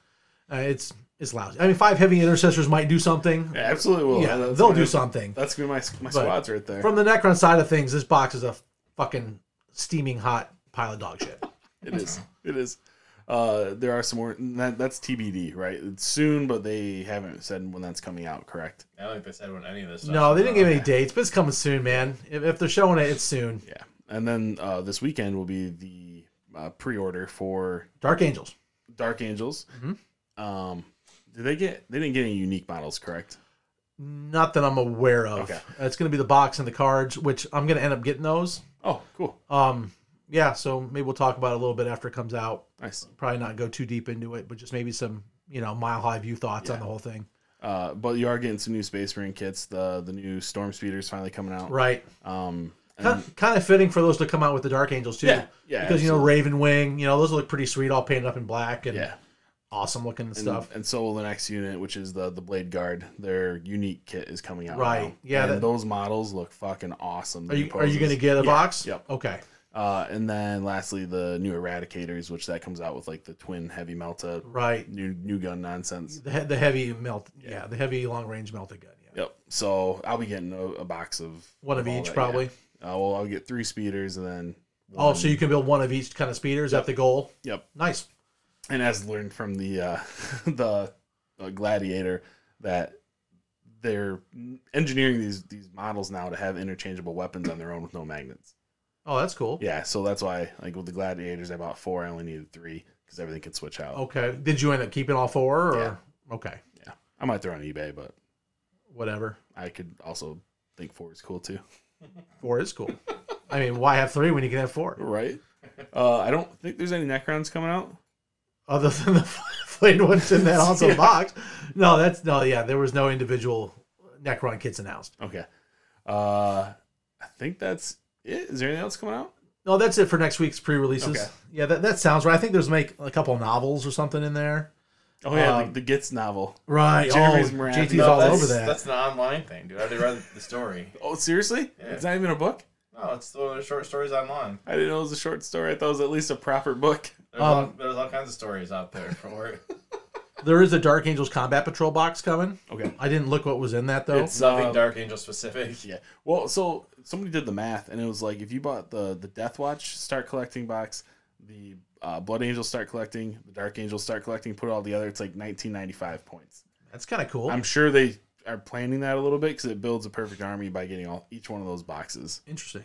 Speaker 1: Uh, it's it's lousy. I mean, five heavy intercessors might do something.
Speaker 3: Yeah, absolutely will.
Speaker 1: yeah,
Speaker 3: That's
Speaker 1: they'll
Speaker 3: gonna-
Speaker 1: do something.
Speaker 3: That's gonna be my my squads right there.
Speaker 1: From the Necron side of things, this box is a fucking steaming hot pile of dog
Speaker 3: <laughs>
Speaker 1: shit.
Speaker 3: it is. It is. Uh, there are some more. That, that's TBD, right? It's soon, but they haven't said when that's coming out. Correct?
Speaker 2: <laughs> I don't think they said when any of this. stuff
Speaker 1: no, they
Speaker 2: was
Speaker 1: didn't
Speaker 2: on.
Speaker 1: give any dates, but it's coming soon, man. If, if they're showing it, it's soon.
Speaker 3: Yeah. And then uh, this weekend will be the uh, pre-order for
Speaker 1: Dark Angels.
Speaker 3: Dark Angels.
Speaker 1: Mhm.
Speaker 3: Um, did they get? They didn't get any unique models, correct?
Speaker 1: Not that I'm aware of.
Speaker 3: Okay.
Speaker 1: Uh, It's going to be the box and the cards, which I'm going to end up getting those.
Speaker 3: Oh, cool.
Speaker 1: Um, yeah, so maybe we'll talk about it a little bit after it comes out.
Speaker 3: Nice.
Speaker 1: Probably not go too deep into it, but just maybe some, you know, mile high view thoughts on
Speaker 3: Yeah.
Speaker 1: the whole thing.
Speaker 3: Uh, but you are getting some new Space Marine kits. The the new Storm Speeders finally coming out.
Speaker 1: Right.
Speaker 3: Um, and-
Speaker 1: Kind, kind of fitting for those to come out with the Dark Angels too.
Speaker 3: yeah, yeah,
Speaker 1: because you know
Speaker 3: absolutely.
Speaker 1: Raven Wing, you know those look pretty sweet, all painted up in black and
Speaker 3: yeah,
Speaker 1: awesome looking and
Speaker 3: and,
Speaker 1: stuff.
Speaker 3: And so will the next unit, which is the the Blade Guard. Their unique kit is coming out.
Speaker 1: Right,
Speaker 3: now.
Speaker 1: yeah,
Speaker 3: and
Speaker 1: that-
Speaker 3: those models look fucking awesome.
Speaker 1: Are
Speaker 3: The
Speaker 1: you
Speaker 3: new
Speaker 1: are you
Speaker 3: poses.
Speaker 1: going to get a
Speaker 3: Yeah,
Speaker 1: box?
Speaker 3: Yep.
Speaker 1: Okay.
Speaker 3: Uh, and then lastly, the new Eradicators, which that comes out with like the twin heavy melta,
Speaker 1: Right.
Speaker 3: new new gun nonsense.
Speaker 1: The, he- the heavy melt. Yeah. The heavy long range melted gun. Yeah.
Speaker 3: Yep. So I'll be getting a, a box of
Speaker 1: One of
Speaker 3: all
Speaker 1: each
Speaker 3: that,
Speaker 1: probably.
Speaker 3: yeah. Uh, well, I'll get three speeders and then.
Speaker 1: Oh,
Speaker 3: one-
Speaker 1: so you can build one of each kind of speeder. Is that the goal?
Speaker 3: Yep.
Speaker 1: Nice.
Speaker 3: and as learned from the uh, <laughs> the uh, gladiator that they're engineering these these models now to have interchangeable weapons on their own with no magnets
Speaker 1: Oh, that's cool.
Speaker 3: yeah so that's why like with the gladiators i bought four i only needed three because everything could switch out
Speaker 1: Okay. Did you end up keeping all four? Or?
Speaker 3: Yeah.
Speaker 1: Okay.
Speaker 3: i might throw on ebay but
Speaker 1: Whatever.
Speaker 3: i could also think four is cool too
Speaker 1: Four is cool. <laughs> I mean, why have three when you can have four?
Speaker 3: right <laughs> uh, i don't think there's any necrons coming out
Speaker 1: Other than the <laughs> flayed ones in that awesome
Speaker 3: <laughs> Yeah.
Speaker 1: box. No, that's no. Yeah, there was no individual Necron kits announced.
Speaker 3: okay uh, i think that's it is there anything else coming out
Speaker 1: No, that's it for next week's pre-releases.
Speaker 3: Okay.
Speaker 1: Yeah, that, that sounds right. I think there's make a couple novels or something in there.
Speaker 3: oh yeah
Speaker 1: Um,
Speaker 3: the, the gitz novel
Speaker 1: Right.
Speaker 3: Jeremy's
Speaker 1: oh,
Speaker 3: Moran.
Speaker 1: JT's
Speaker 3: No,
Speaker 1: all
Speaker 2: that's-
Speaker 1: over that.
Speaker 2: That's an online thing, dude. I already read the story.
Speaker 3: oh seriously
Speaker 2: Yeah.
Speaker 3: it's not even a book
Speaker 2: No, it's one of the short stories online.
Speaker 3: I didn't know it was a short story. I thought it was at least a proper book.
Speaker 2: There's, all,
Speaker 1: Um,
Speaker 2: there's all kinds of stories out
Speaker 1: <laughs>
Speaker 2: there for it.
Speaker 1: There is a Dark Angels Combat Patrol box coming.
Speaker 3: Okay.
Speaker 1: I didn't look what was in that though.
Speaker 3: It's
Speaker 2: Nothing
Speaker 3: uh,
Speaker 2: Dark Angel specific. <laughs>
Speaker 3: <laughs> Yeah. Well, so somebody did the math, and it was like if you bought the the Death Watch start collecting box, the uh, Blood Angel start collecting, the Dark Angel start collecting, put it all together, it's like 1995 points.
Speaker 1: That's kind of cool.
Speaker 3: I'm sure they are planning that a little bit because it builds a perfect army by getting all each one of those boxes.
Speaker 1: Interesting.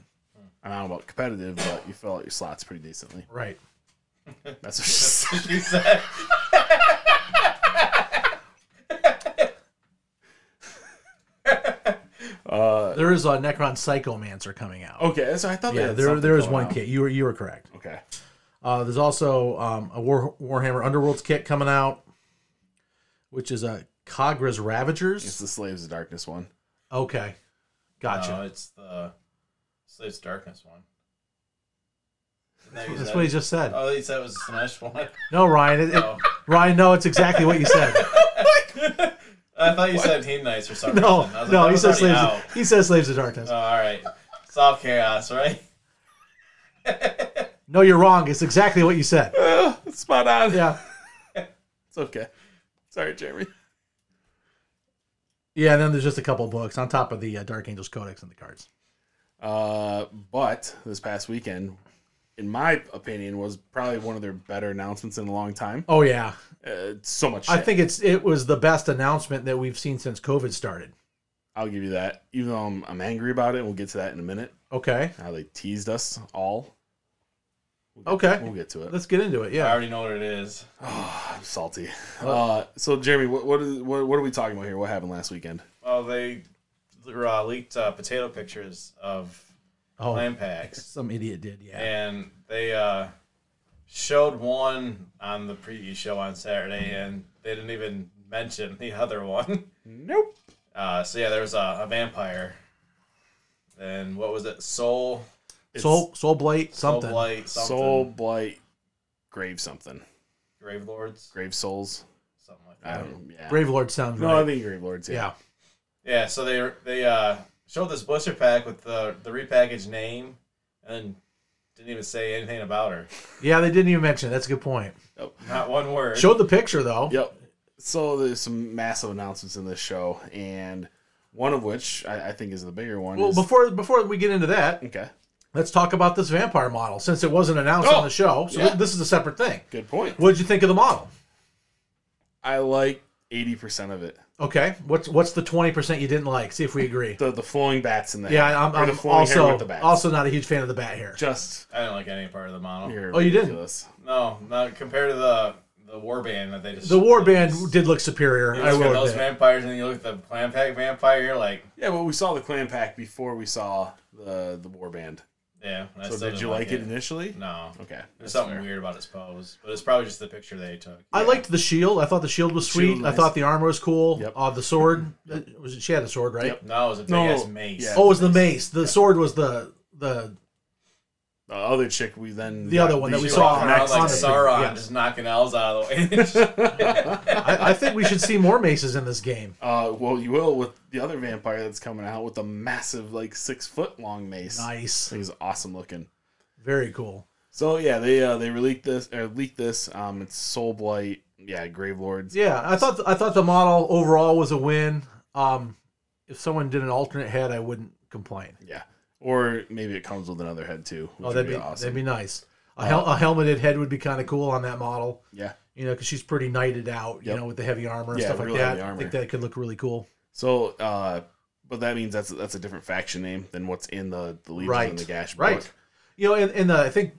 Speaker 3: I don't know about competitive, but you fill out your slots pretty decently.
Speaker 1: Right.
Speaker 3: That's what she said.
Speaker 2: She said.
Speaker 3: Uh,
Speaker 1: There is a Necron Psychomancer coming out.
Speaker 3: okay, that's I thought. they
Speaker 1: yeah,
Speaker 3: had
Speaker 1: there
Speaker 3: Oh, something
Speaker 1: there is
Speaker 3: going
Speaker 1: one
Speaker 3: on.
Speaker 1: kit. You were you were correct.
Speaker 3: Okay,
Speaker 1: Uh, there's also um, a War, Warhammer Underworlds kit coming out, which is a Kagra's Ravagers.
Speaker 3: it's the Slaves of Darkness one.
Speaker 1: Okay, gotcha.
Speaker 3: Uh,
Speaker 2: No, it's the Slaves to Darkness one. Isn't that
Speaker 1: That's
Speaker 2: said?
Speaker 1: what he just said.
Speaker 3: uh,
Speaker 2: Oh, he said it was the Smash one.
Speaker 1: No, Ryan. It, it-
Speaker 2: Oh.
Speaker 1: Ryan, no, it's exactly what you
Speaker 3: <laughs>
Speaker 1: said.
Speaker 2: I thought you said Teen Nights or something.
Speaker 1: No, no, he says slaves.
Speaker 2: Out.
Speaker 1: He says slaves of darkness.
Speaker 2: Oh, all right. Soft chaos, right?
Speaker 1: No, you're wrong. It's exactly what you said.
Speaker 3: Oh, it's spot on. <laughs>
Speaker 1: Yeah,
Speaker 3: It's okay. Sorry, Jeremy.
Speaker 1: yeah. And then there's just a couple books on top of the uh, Dark Angels Codex and the cards.
Speaker 3: Uh, but this past weekend, in my opinion, was probably one of their better announcements in a long time.
Speaker 1: Oh yeah,
Speaker 3: Uh, so much. Shit.
Speaker 1: I think it's it was the best announcement that we've seen since COVID started.
Speaker 3: I'll give you that. Even though I'm, I'm angry about it, we'll get to that in a minute.
Speaker 1: Okay,
Speaker 3: How they teased us all. We'll get-
Speaker 1: Okay.
Speaker 3: we'll get to it.
Speaker 1: let's get into it.
Speaker 2: I
Speaker 1: Yeah.
Speaker 2: already know what it is.
Speaker 3: Oh, I'm salty. Uh, so Jeremy, what what, is, what what are we talking about here? What happened last weekend?
Speaker 2: Well, they uh, leaked uh, potato pictures of
Speaker 1: Oh,
Speaker 2: clam packs,
Speaker 1: some idiot did. Yeah.
Speaker 2: and they uh, showed one on the preview show on Saturday, and they didn't even mention the <laughs> other one.
Speaker 3: Nope.
Speaker 2: Uh, so yeah, there was a, a vampire. Then what was it? Soul,
Speaker 1: Soul Soul Blight something.
Speaker 2: Soul Blight, something,
Speaker 3: soul blight, grave something,
Speaker 2: Grave Lords,
Speaker 3: grave souls.
Speaker 2: something like
Speaker 3: I
Speaker 2: that.
Speaker 3: don't know. Yeah.
Speaker 1: Brave Lord sounds
Speaker 3: No,
Speaker 1: right.
Speaker 3: I think grave lords.
Speaker 1: yeah.
Speaker 2: Yeah, so they they uh, showed this blister pack with the the repackaged name, and didn't even say anything about her.
Speaker 1: Yeah, they didn't even mention. It. That's a good point.
Speaker 2: Not one word.
Speaker 1: Showed the picture though.
Speaker 3: Yep. So there's some massive announcements in this show, and one of which I, I think is the bigger one.
Speaker 1: Well,
Speaker 3: is-
Speaker 1: before before we get into that,
Speaker 3: okay,
Speaker 1: let's talk about this vampire model since it wasn't announced
Speaker 3: Oh,
Speaker 1: on the show. So
Speaker 3: yeah.
Speaker 1: this is a separate thing.
Speaker 3: good point.
Speaker 1: What did you think of the model?
Speaker 3: I like eighty percent of it.
Speaker 1: Okay, what's what's the twenty percent you didn't like? See if we agree.
Speaker 3: The the flowing bats in the
Speaker 1: Yeah,
Speaker 3: hair,
Speaker 1: I'm,
Speaker 3: or the
Speaker 1: I'm
Speaker 3: flowing hair
Speaker 1: also
Speaker 3: with the bats.
Speaker 1: also not a huge fan of the bat hair.
Speaker 3: just
Speaker 2: I didn't like any part of the model.
Speaker 1: Oh, you didn't?
Speaker 2: No, not compared to the the war band that they just.
Speaker 1: The war
Speaker 2: You
Speaker 1: band did look superior.
Speaker 2: look
Speaker 1: I
Speaker 2: at
Speaker 1: will
Speaker 2: those
Speaker 1: admit.
Speaker 2: vampires, and you look at the clan pack vampire. You're like,
Speaker 3: Yeah, but we saw the clan pack before we saw the the war band.
Speaker 2: yeah. I
Speaker 3: So
Speaker 2: still
Speaker 3: did
Speaker 2: didn't
Speaker 3: you like it initially?
Speaker 2: No,
Speaker 3: Okay.
Speaker 2: there's
Speaker 3: that's
Speaker 2: something
Speaker 3: fair.
Speaker 2: weird about its pose, but it's probably just the picture they took.
Speaker 1: I liked the shield. I thought the shield was
Speaker 3: Shield
Speaker 1: sweet.
Speaker 3: was
Speaker 1: I
Speaker 3: nice.
Speaker 1: thought the armor was cool.
Speaker 3: Yep.
Speaker 1: Uh, the sword uh, was it- she had a sword, right?
Speaker 3: Yep.
Speaker 2: No, it was a big
Speaker 3: No,
Speaker 2: ass mace.
Speaker 3: yeah.
Speaker 1: Oh, it was the mace. The sword was the the
Speaker 3: The other chick we then
Speaker 1: The
Speaker 3: got
Speaker 1: other one that
Speaker 2: She
Speaker 1: we
Speaker 3: these-
Speaker 1: saw
Speaker 2: walked
Speaker 1: on
Speaker 2: around
Speaker 1: Next
Speaker 2: like
Speaker 1: on the thing,
Speaker 2: Sauron,
Speaker 1: yeah.
Speaker 2: just knocking elves out
Speaker 1: <laughs>
Speaker 2: of the way. <laughs>
Speaker 1: I, I think we should see more maces in this game.
Speaker 3: Uh, well, you will with the other vampire that's coming out with a massive, like six foot long mace.
Speaker 1: Nice,
Speaker 3: He's awesome looking.
Speaker 1: very cool.
Speaker 3: So yeah, they uh, they released this. Or leaked this. Um, it's Soul Blight. Yeah, Grave Lords.
Speaker 1: Yeah, I thought I thought the model overall was a win. Um, if someone did an alternate head, I wouldn't complain.
Speaker 3: Yeah. Or maybe it comes with another head too. Which
Speaker 1: Oh,
Speaker 3: would
Speaker 1: that'd be,
Speaker 3: awesome. Uh,
Speaker 1: that'd be nice. A, hel- a helmeted head would be kind of cool on that model,
Speaker 3: yeah.
Speaker 1: you know, because she's pretty knighted out, you
Speaker 3: Yep.
Speaker 1: know, with the heavy armor and
Speaker 3: Yeah,
Speaker 1: stuff like
Speaker 3: real
Speaker 1: that.
Speaker 3: heavy
Speaker 1: I think
Speaker 3: armor.
Speaker 1: that could look really cool.
Speaker 3: So, uh, but that means that's that's a different faction name than what's in the the Legion
Speaker 1: Right.
Speaker 3: and the Gash book.
Speaker 1: Right. You know, and, and uh, I think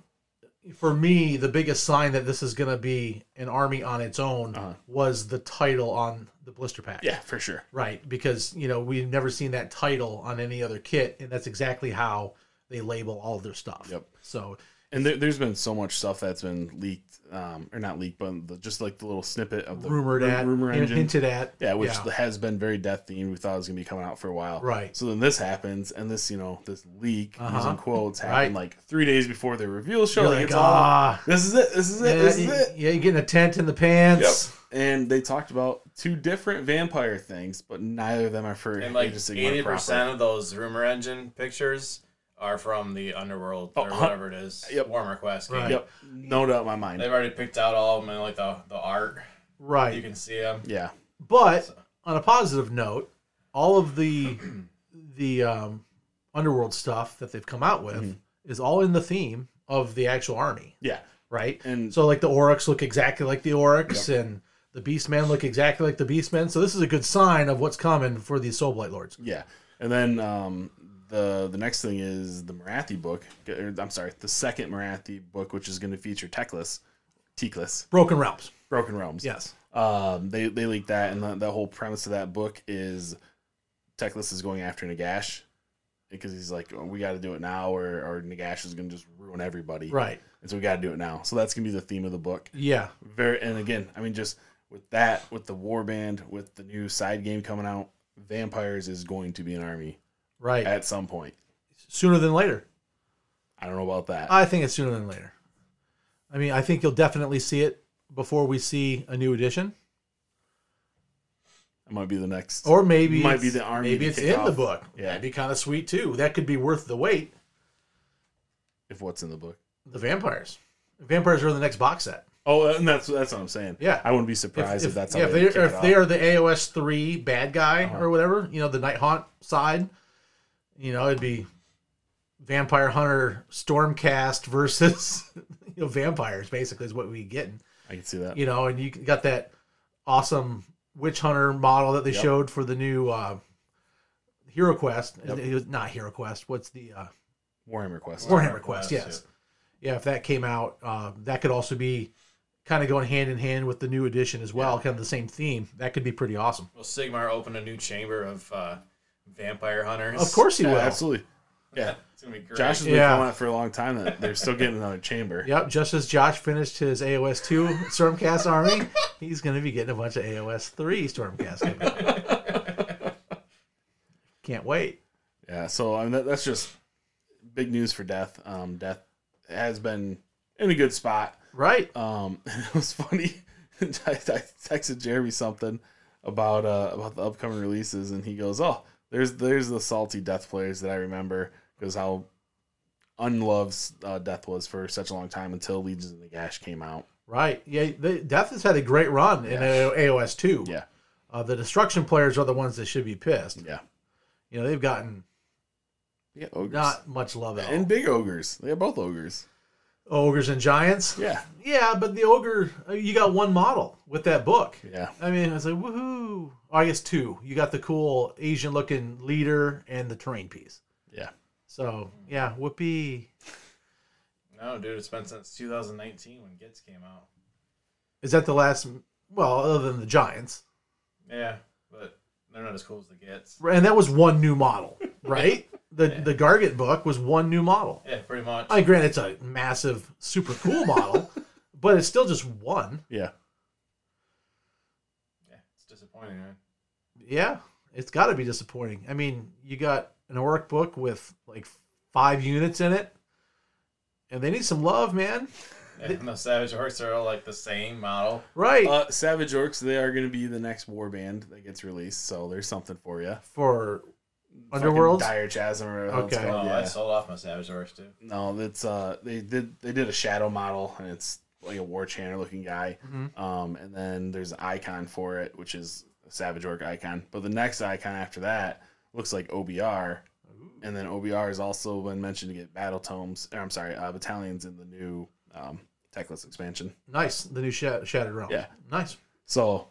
Speaker 1: for me, the biggest sign that this is going to be an army on its own
Speaker 3: Uh-huh.
Speaker 1: was the title on the blister pack.
Speaker 3: Yeah, for sure.
Speaker 1: Right, because you know we've never seen that title on any other kit, and that's exactly how they label all of their stuff.
Speaker 3: Yep.
Speaker 1: So
Speaker 3: And there, there's been so much stuff that's been leaked, um, or not leaked, but the, just like the little snippet of the
Speaker 1: rumored
Speaker 3: ru-
Speaker 1: at,
Speaker 3: rumor
Speaker 1: hin-
Speaker 3: engine.
Speaker 1: hinted at.
Speaker 3: yeah, which has been very death themed. We thought it was gonna be coming out for a while.
Speaker 1: Right.
Speaker 3: So then this happens, and this you know this leak
Speaker 1: Uh-huh.
Speaker 3: using quotes happened
Speaker 1: Right.
Speaker 3: like three days before the reveal show.
Speaker 1: You're
Speaker 3: Like,
Speaker 1: like,
Speaker 3: it's all,
Speaker 1: ah,
Speaker 3: this is it. This is it.
Speaker 1: yeah,
Speaker 3: this is
Speaker 1: you-
Speaker 3: it.
Speaker 1: yeah, you're getting a tent in the pants.
Speaker 3: And they talked about two different vampire things, but neither of them are for
Speaker 1: <laughs>
Speaker 2: and like
Speaker 3: Age of Sigmar
Speaker 2: eighty percent
Speaker 3: proper.
Speaker 2: of those rumor engine pictures are from the underworld
Speaker 3: Oh,
Speaker 2: or
Speaker 3: huh.
Speaker 2: whatever it is.
Speaker 3: Yep.
Speaker 2: Warmer Quest game.
Speaker 1: Right.
Speaker 3: Yep, no doubt in my mind.
Speaker 2: They've already picked out all of them and like the, the art. You
Speaker 1: Right.
Speaker 2: can see them.
Speaker 3: Yeah,
Speaker 1: But on a positive note, all of the <clears throat> the um, underworld stuff that they've come out with
Speaker 3: Mm-hmm.
Speaker 1: is all in the theme of the actual army,
Speaker 3: yeah,
Speaker 1: right?
Speaker 3: and
Speaker 1: So like the Oryx look exactly like the Oryx, and the Beastmen look exactly like the Beastmen. So this is a good sign of what's coming for these Soulblight Lords.
Speaker 3: Yeah, and then um, the the next thing is the Marathi book. or, I'm sorry, the second Marathi book, which is going to feature Teclis, Teakless,
Speaker 1: Broken Realms.
Speaker 3: Broken Realms.
Speaker 1: Yes.
Speaker 3: Um, they they leaked that, and the, the whole premise of that book is Techless is going after Nagash because he's like, oh, we got to do it now, or or Nagash is going to just ruin everybody,
Speaker 1: Right.
Speaker 3: And so we got to do it now. So that's going to be the theme of the book.
Speaker 1: Yeah.
Speaker 3: Very, and again, I mean, just with that, with the warband, with the new side game coming out, vampires is going to be an army
Speaker 1: Right.
Speaker 3: at some point.
Speaker 1: sooner than later.
Speaker 3: I don't know about that.
Speaker 1: I think it's sooner than later. I mean, I think you'll definitely see it before we see a new edition,
Speaker 3: It might be the next.
Speaker 1: or maybe
Speaker 3: Might
Speaker 1: it's-
Speaker 3: be the army
Speaker 1: Maybe
Speaker 3: to
Speaker 1: it's
Speaker 3: kick
Speaker 1: in the
Speaker 3: off.
Speaker 1: book.
Speaker 3: Yeah.
Speaker 1: That'd be kind of sweet too. That could be worth the wait.
Speaker 3: if what's in the book.
Speaker 1: The vampires. Vampires are in the next box set.
Speaker 3: Oh, and that's that's what I'm saying.
Speaker 1: Yeah.
Speaker 3: I wouldn't be surprised if, that's how
Speaker 1: yeah,
Speaker 3: they,
Speaker 1: if they,
Speaker 3: kick it
Speaker 1: if
Speaker 3: off. Uh-huh.
Speaker 1: they are the AOS three bad guy or whatever, you know, the Night Haunt side, you know, it'd be Vampire Hunter Stormcast versus <laughs> you know, vampires. Basically, is what we getting.
Speaker 3: I can see that.
Speaker 1: You know, and you got that awesome witch hunter model that they
Speaker 3: Yep.
Speaker 1: showed for the new uh, Hero Quest.
Speaker 3: Yep.
Speaker 1: It was not Hero Quest. What's the uh,
Speaker 3: Warhammer Quest.
Speaker 1: Warhammer Quest?
Speaker 2: Quest,
Speaker 1: Yes, yeah. If that came out, uh, that could also be kind of going hand in hand with the new edition as well, kind of the same theme. That could be pretty awesome.
Speaker 2: Will Sigmar open a new chamber of uh, vampire hunters?
Speaker 1: Of
Speaker 2: <laughs>
Speaker 1: course he
Speaker 3: Yeah,
Speaker 1: will.
Speaker 3: absolutely. Yeah.
Speaker 2: it's gonna be great.
Speaker 3: Josh has been
Speaker 1: Yeah.
Speaker 3: calling it for a long time that they're still getting another chamber.
Speaker 1: Yep, just as Josh finished his AOS 2 Stormcast <laughs> army, he's going to be getting a bunch of AOS 3 Stormcast. coming. <laughs> Can't wait.
Speaker 3: Yeah. So I mean, that, that's just big news for Death. Um, Death has been in a good spot.
Speaker 1: Right.
Speaker 3: Um, <laughs> it was funny. <laughs> I, I texted Jeremy something about uh, about the upcoming releases, and he goes, "Oh, there's there's the salty Death players that I remember because how unloved uh, Death was for such a long time until Legions of the Gash came out.
Speaker 1: Right. Yeah, the, Death has had a great run in A- AOS 2.
Speaker 3: Yeah.
Speaker 1: Uh, the destruction players are the ones that should be pissed.
Speaker 3: Yeah,
Speaker 1: You know, they've gotten
Speaker 3: yeah, ogres
Speaker 1: not much love at all.
Speaker 3: and big ogres. They are both ogres.
Speaker 1: Ogres and Giants.
Speaker 3: Yeah,
Speaker 1: Yeah, but the ogre, uh, you got one model with that book.
Speaker 3: yeah,
Speaker 1: I mean, I was like, woohoo. Oh, I guess two. You got the cool Asian looking leader and the terrain piece.
Speaker 3: Yeah.
Speaker 1: So, yeah, whoopee.
Speaker 2: No, dude, it's been since 2019 when Gits came out.
Speaker 1: Is that the last, well, other than the Giants?
Speaker 2: Yeah, but they're not as cool as the Gits.
Speaker 1: And that was one new model, right? The
Speaker 2: Yeah.
Speaker 1: the Gargant book was one new model.
Speaker 2: Yeah, pretty much.
Speaker 1: I grant it's a massive, super cool model, but it's still just one.
Speaker 3: yeah.
Speaker 2: yeah, it's disappointing, man.
Speaker 1: Yeah, it's got to be disappointing. I mean, you got an orc book with like five units in it, and they need some love, man.
Speaker 2: Yeah, and those Savage Horse are all like the same model.
Speaker 1: Right.
Speaker 3: Uh, Savage Orcs. They are going to be the next war band that gets released. So there's something for you.
Speaker 1: for Underworlds?
Speaker 3: Dire Chasm, or whatever it's
Speaker 1: Okay.
Speaker 2: Oh,
Speaker 3: called, yeah.
Speaker 2: I sold off my Savage Horse too.
Speaker 3: No, that's uh they did they did a shadow model and it's like a war chanter looking guy.
Speaker 1: Mhm.
Speaker 3: Um and then there's an icon for it, which is a Savage Orc icon. But the next icon after that looks like OBR. And then OBR has also been mentioned to get battle tomes. Or I'm sorry, uh, battalions in the new um Techless expansion.
Speaker 1: nice, the new Shat- Shattered Realm.
Speaker 3: Yeah.
Speaker 1: nice.
Speaker 3: So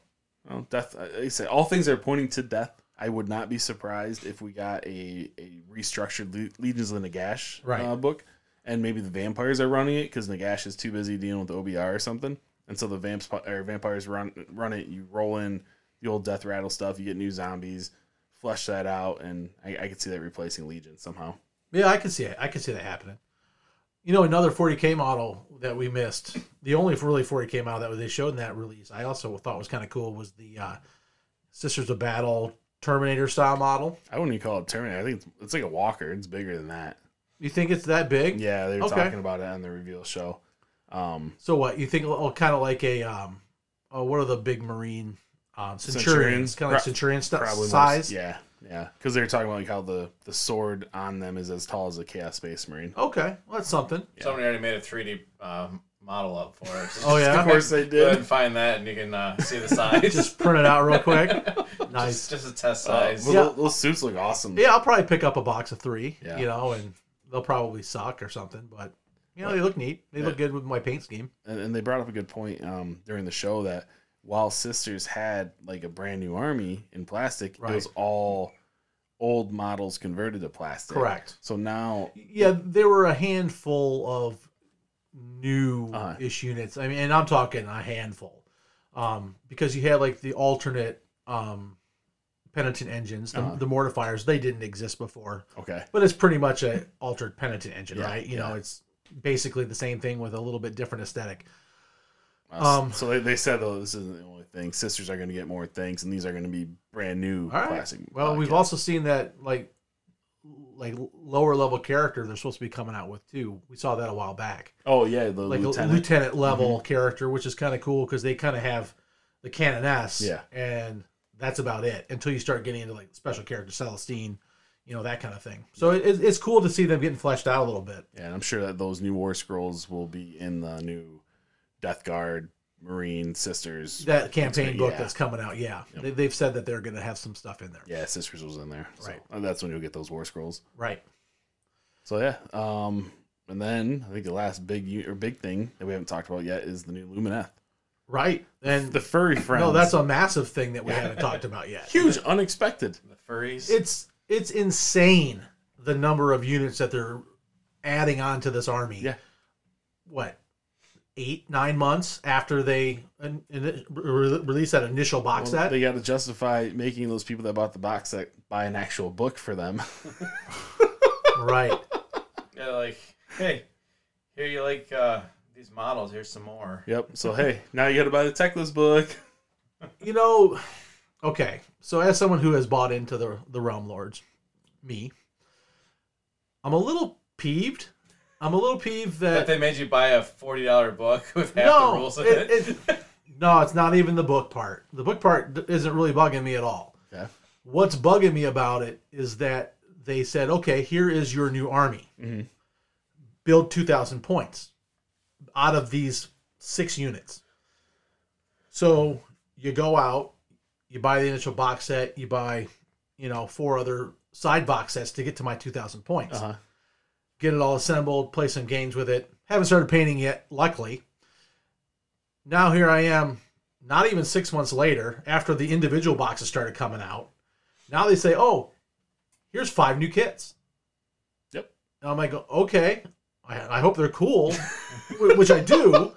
Speaker 3: well, death uh, like I say all things are pointing to death. I would not be surprised if we got a, a restructured Le- Legions of Nagash
Speaker 1: Right.
Speaker 3: uh, book, and maybe the vampires are running it because Nagash is too busy dealing with OBR or something, and so the vamps or vampires run run it. You roll in the old death rattle stuff, you get new zombies, flush that out, and I, I could see that replacing Legion somehow.
Speaker 1: Yeah, I can see it. I can see that happening. You know, another 40k model that we missed. The only really 40k model that they showed in that release, I also thought was kind of cool, was the uh, Sisters of Battle Terminator style model.
Speaker 3: I wouldn't even call it Terminator. I think it's, it's like a Walker. It's bigger than that.
Speaker 1: You think it's that big?
Speaker 3: Yeah, they were
Speaker 1: Okay.
Speaker 3: talking about it on the reveal show. Um,
Speaker 1: So what? You think oh, kind of like a um, oh, what are the big Marine um, centurions?
Speaker 3: Centurions.
Speaker 1: Kind of like
Speaker 3: Pro-
Speaker 1: centurion stu-
Speaker 3: probably more-
Speaker 1: size.
Speaker 3: yeah, yeah. Because they were talking about like how the the sword on them is as tall as a Chaos Space Marine.
Speaker 1: Okay, well, that's something.
Speaker 3: Yeah.
Speaker 2: Somebody already made a 3D um, model up for it.
Speaker 1: <laughs>
Speaker 2: So
Speaker 1: Oh,
Speaker 2: just
Speaker 1: yeah?
Speaker 2: go
Speaker 1: Of
Speaker 3: course they
Speaker 2: ahead- Go ahead
Speaker 3: did. <laughs>
Speaker 2: and find that, and you can uh, see the size.
Speaker 1: <laughs> Just print it out real
Speaker 3: <laughs>
Speaker 1: quick.
Speaker 2: Just-
Speaker 1: Nice.
Speaker 2: Just, a test
Speaker 3: Uh,
Speaker 2: size.
Speaker 3: those,
Speaker 1: Yeah.
Speaker 3: those suits look awesome.
Speaker 1: Yeah, I'll probably pick up a box of three,
Speaker 3: Yeah.
Speaker 1: you know, and they'll probably suck or something, but you know,
Speaker 3: Right.
Speaker 1: they look neat. They look
Speaker 3: Yeah.
Speaker 1: good with my paint scheme.
Speaker 3: And, and they brought up a good point um, during the show that while Sisters had like a brand new army in plastic, it
Speaker 1: Right.
Speaker 3: was all old models converted to plastic.
Speaker 1: Correct.
Speaker 3: So now,
Speaker 1: Yeah, there were a handful of new
Speaker 3: Uh-huh.
Speaker 1: ish units. I mean, and I'm talking a handful, um, because you had like the alternate um, penitent engines, the,
Speaker 3: Uh-huh.
Speaker 1: the mortifiers. They didn't exist before,
Speaker 3: Okay.
Speaker 1: but it's pretty much a altered penitent engine,
Speaker 3: Yeah,
Speaker 1: right? You know,
Speaker 3: yeah.
Speaker 1: it's basically the same thing with a little bit different aesthetic.
Speaker 3: Wow.
Speaker 1: Um,
Speaker 3: Uh, so they, they said though this isn't the only thing. Sisters are going to get more things, and these are going to be brand new
Speaker 1: All right.
Speaker 3: classic.
Speaker 1: Well, we've
Speaker 3: podcasts.
Speaker 1: also seen that like like lower level character they're supposed to be coming out with too. We saw that a while back.
Speaker 3: oh yeah, the
Speaker 1: like
Speaker 3: lieutenant. Mm-hmm.
Speaker 1: a lieutenant level character, which is kind of cool because they kind of have the canoness,
Speaker 3: Yeah.
Speaker 1: and that's about it until you start getting into like special character Celestine, you know that kind of thing. So it, it's- it's cool to see them getting fleshed out a little bit.
Speaker 3: yeah, and I'm sure that those new War Scrolls will be in the new Death Guard Marine Sisters.
Speaker 1: That campaign book
Speaker 3: yeah.
Speaker 1: that's coming out, yeah,
Speaker 3: Yep.
Speaker 1: they, they've said that they're going to have some stuff in there,
Speaker 3: yeah, Sisters was in there. So
Speaker 1: Right.
Speaker 3: uh, that's when you'll get those War Scrolls.
Speaker 1: right?
Speaker 3: So yeah, um, and then I think the last big u- or big thing that we haven't talked about yet is the new Lumineth,
Speaker 1: Right, and
Speaker 3: the <laughs> furry friends.
Speaker 1: no, that's a massive thing that we haven't talked about yet.
Speaker 3: huge, unexpected.
Speaker 2: The furries.
Speaker 1: It's it's insane the number of units that they're adding on to this army.
Speaker 3: Yeah.
Speaker 1: What? Eight nine months after they in, in, re- release that initial box
Speaker 3: Well,
Speaker 1: set.
Speaker 3: They got to justify making those people that bought the box set buy an actual book for them.
Speaker 1: <laughs> right.
Speaker 2: yeah, like hey, here you like uh, these models. Here's some more.
Speaker 3: yep. So hey, now you got to buy the Techless book.
Speaker 1: You know. Okay. So as someone who has bought into the the Realm Lords, me, I'm a little peeved. I'm a little peeved
Speaker 2: But
Speaker 1: that
Speaker 2: they made you buy a forty dollar book with half
Speaker 1: No,
Speaker 2: the rules in
Speaker 1: it-
Speaker 2: it. <laughs>
Speaker 1: no, it's not even the book part. The book part d- isn't really bugging me at all.
Speaker 3: Okay.
Speaker 1: what's bugging me about it is that they said, okay, here is your new army.
Speaker 3: Mhm.
Speaker 1: Build 2,000 points out of these six units. So you go out, you buy the initial box set, you buy, you know, four other side box sets to get to my 2,000 points.
Speaker 3: Uh huh.
Speaker 1: Get it all assembled, play some games with it. Haven't started painting yet, luckily. Now here I am, not even six months later, after the individual boxes started coming out. Now they say, oh, here's five new kits.
Speaker 3: Yep.
Speaker 1: And I'm like, okay, I, I hope they're cool, wh- which I do.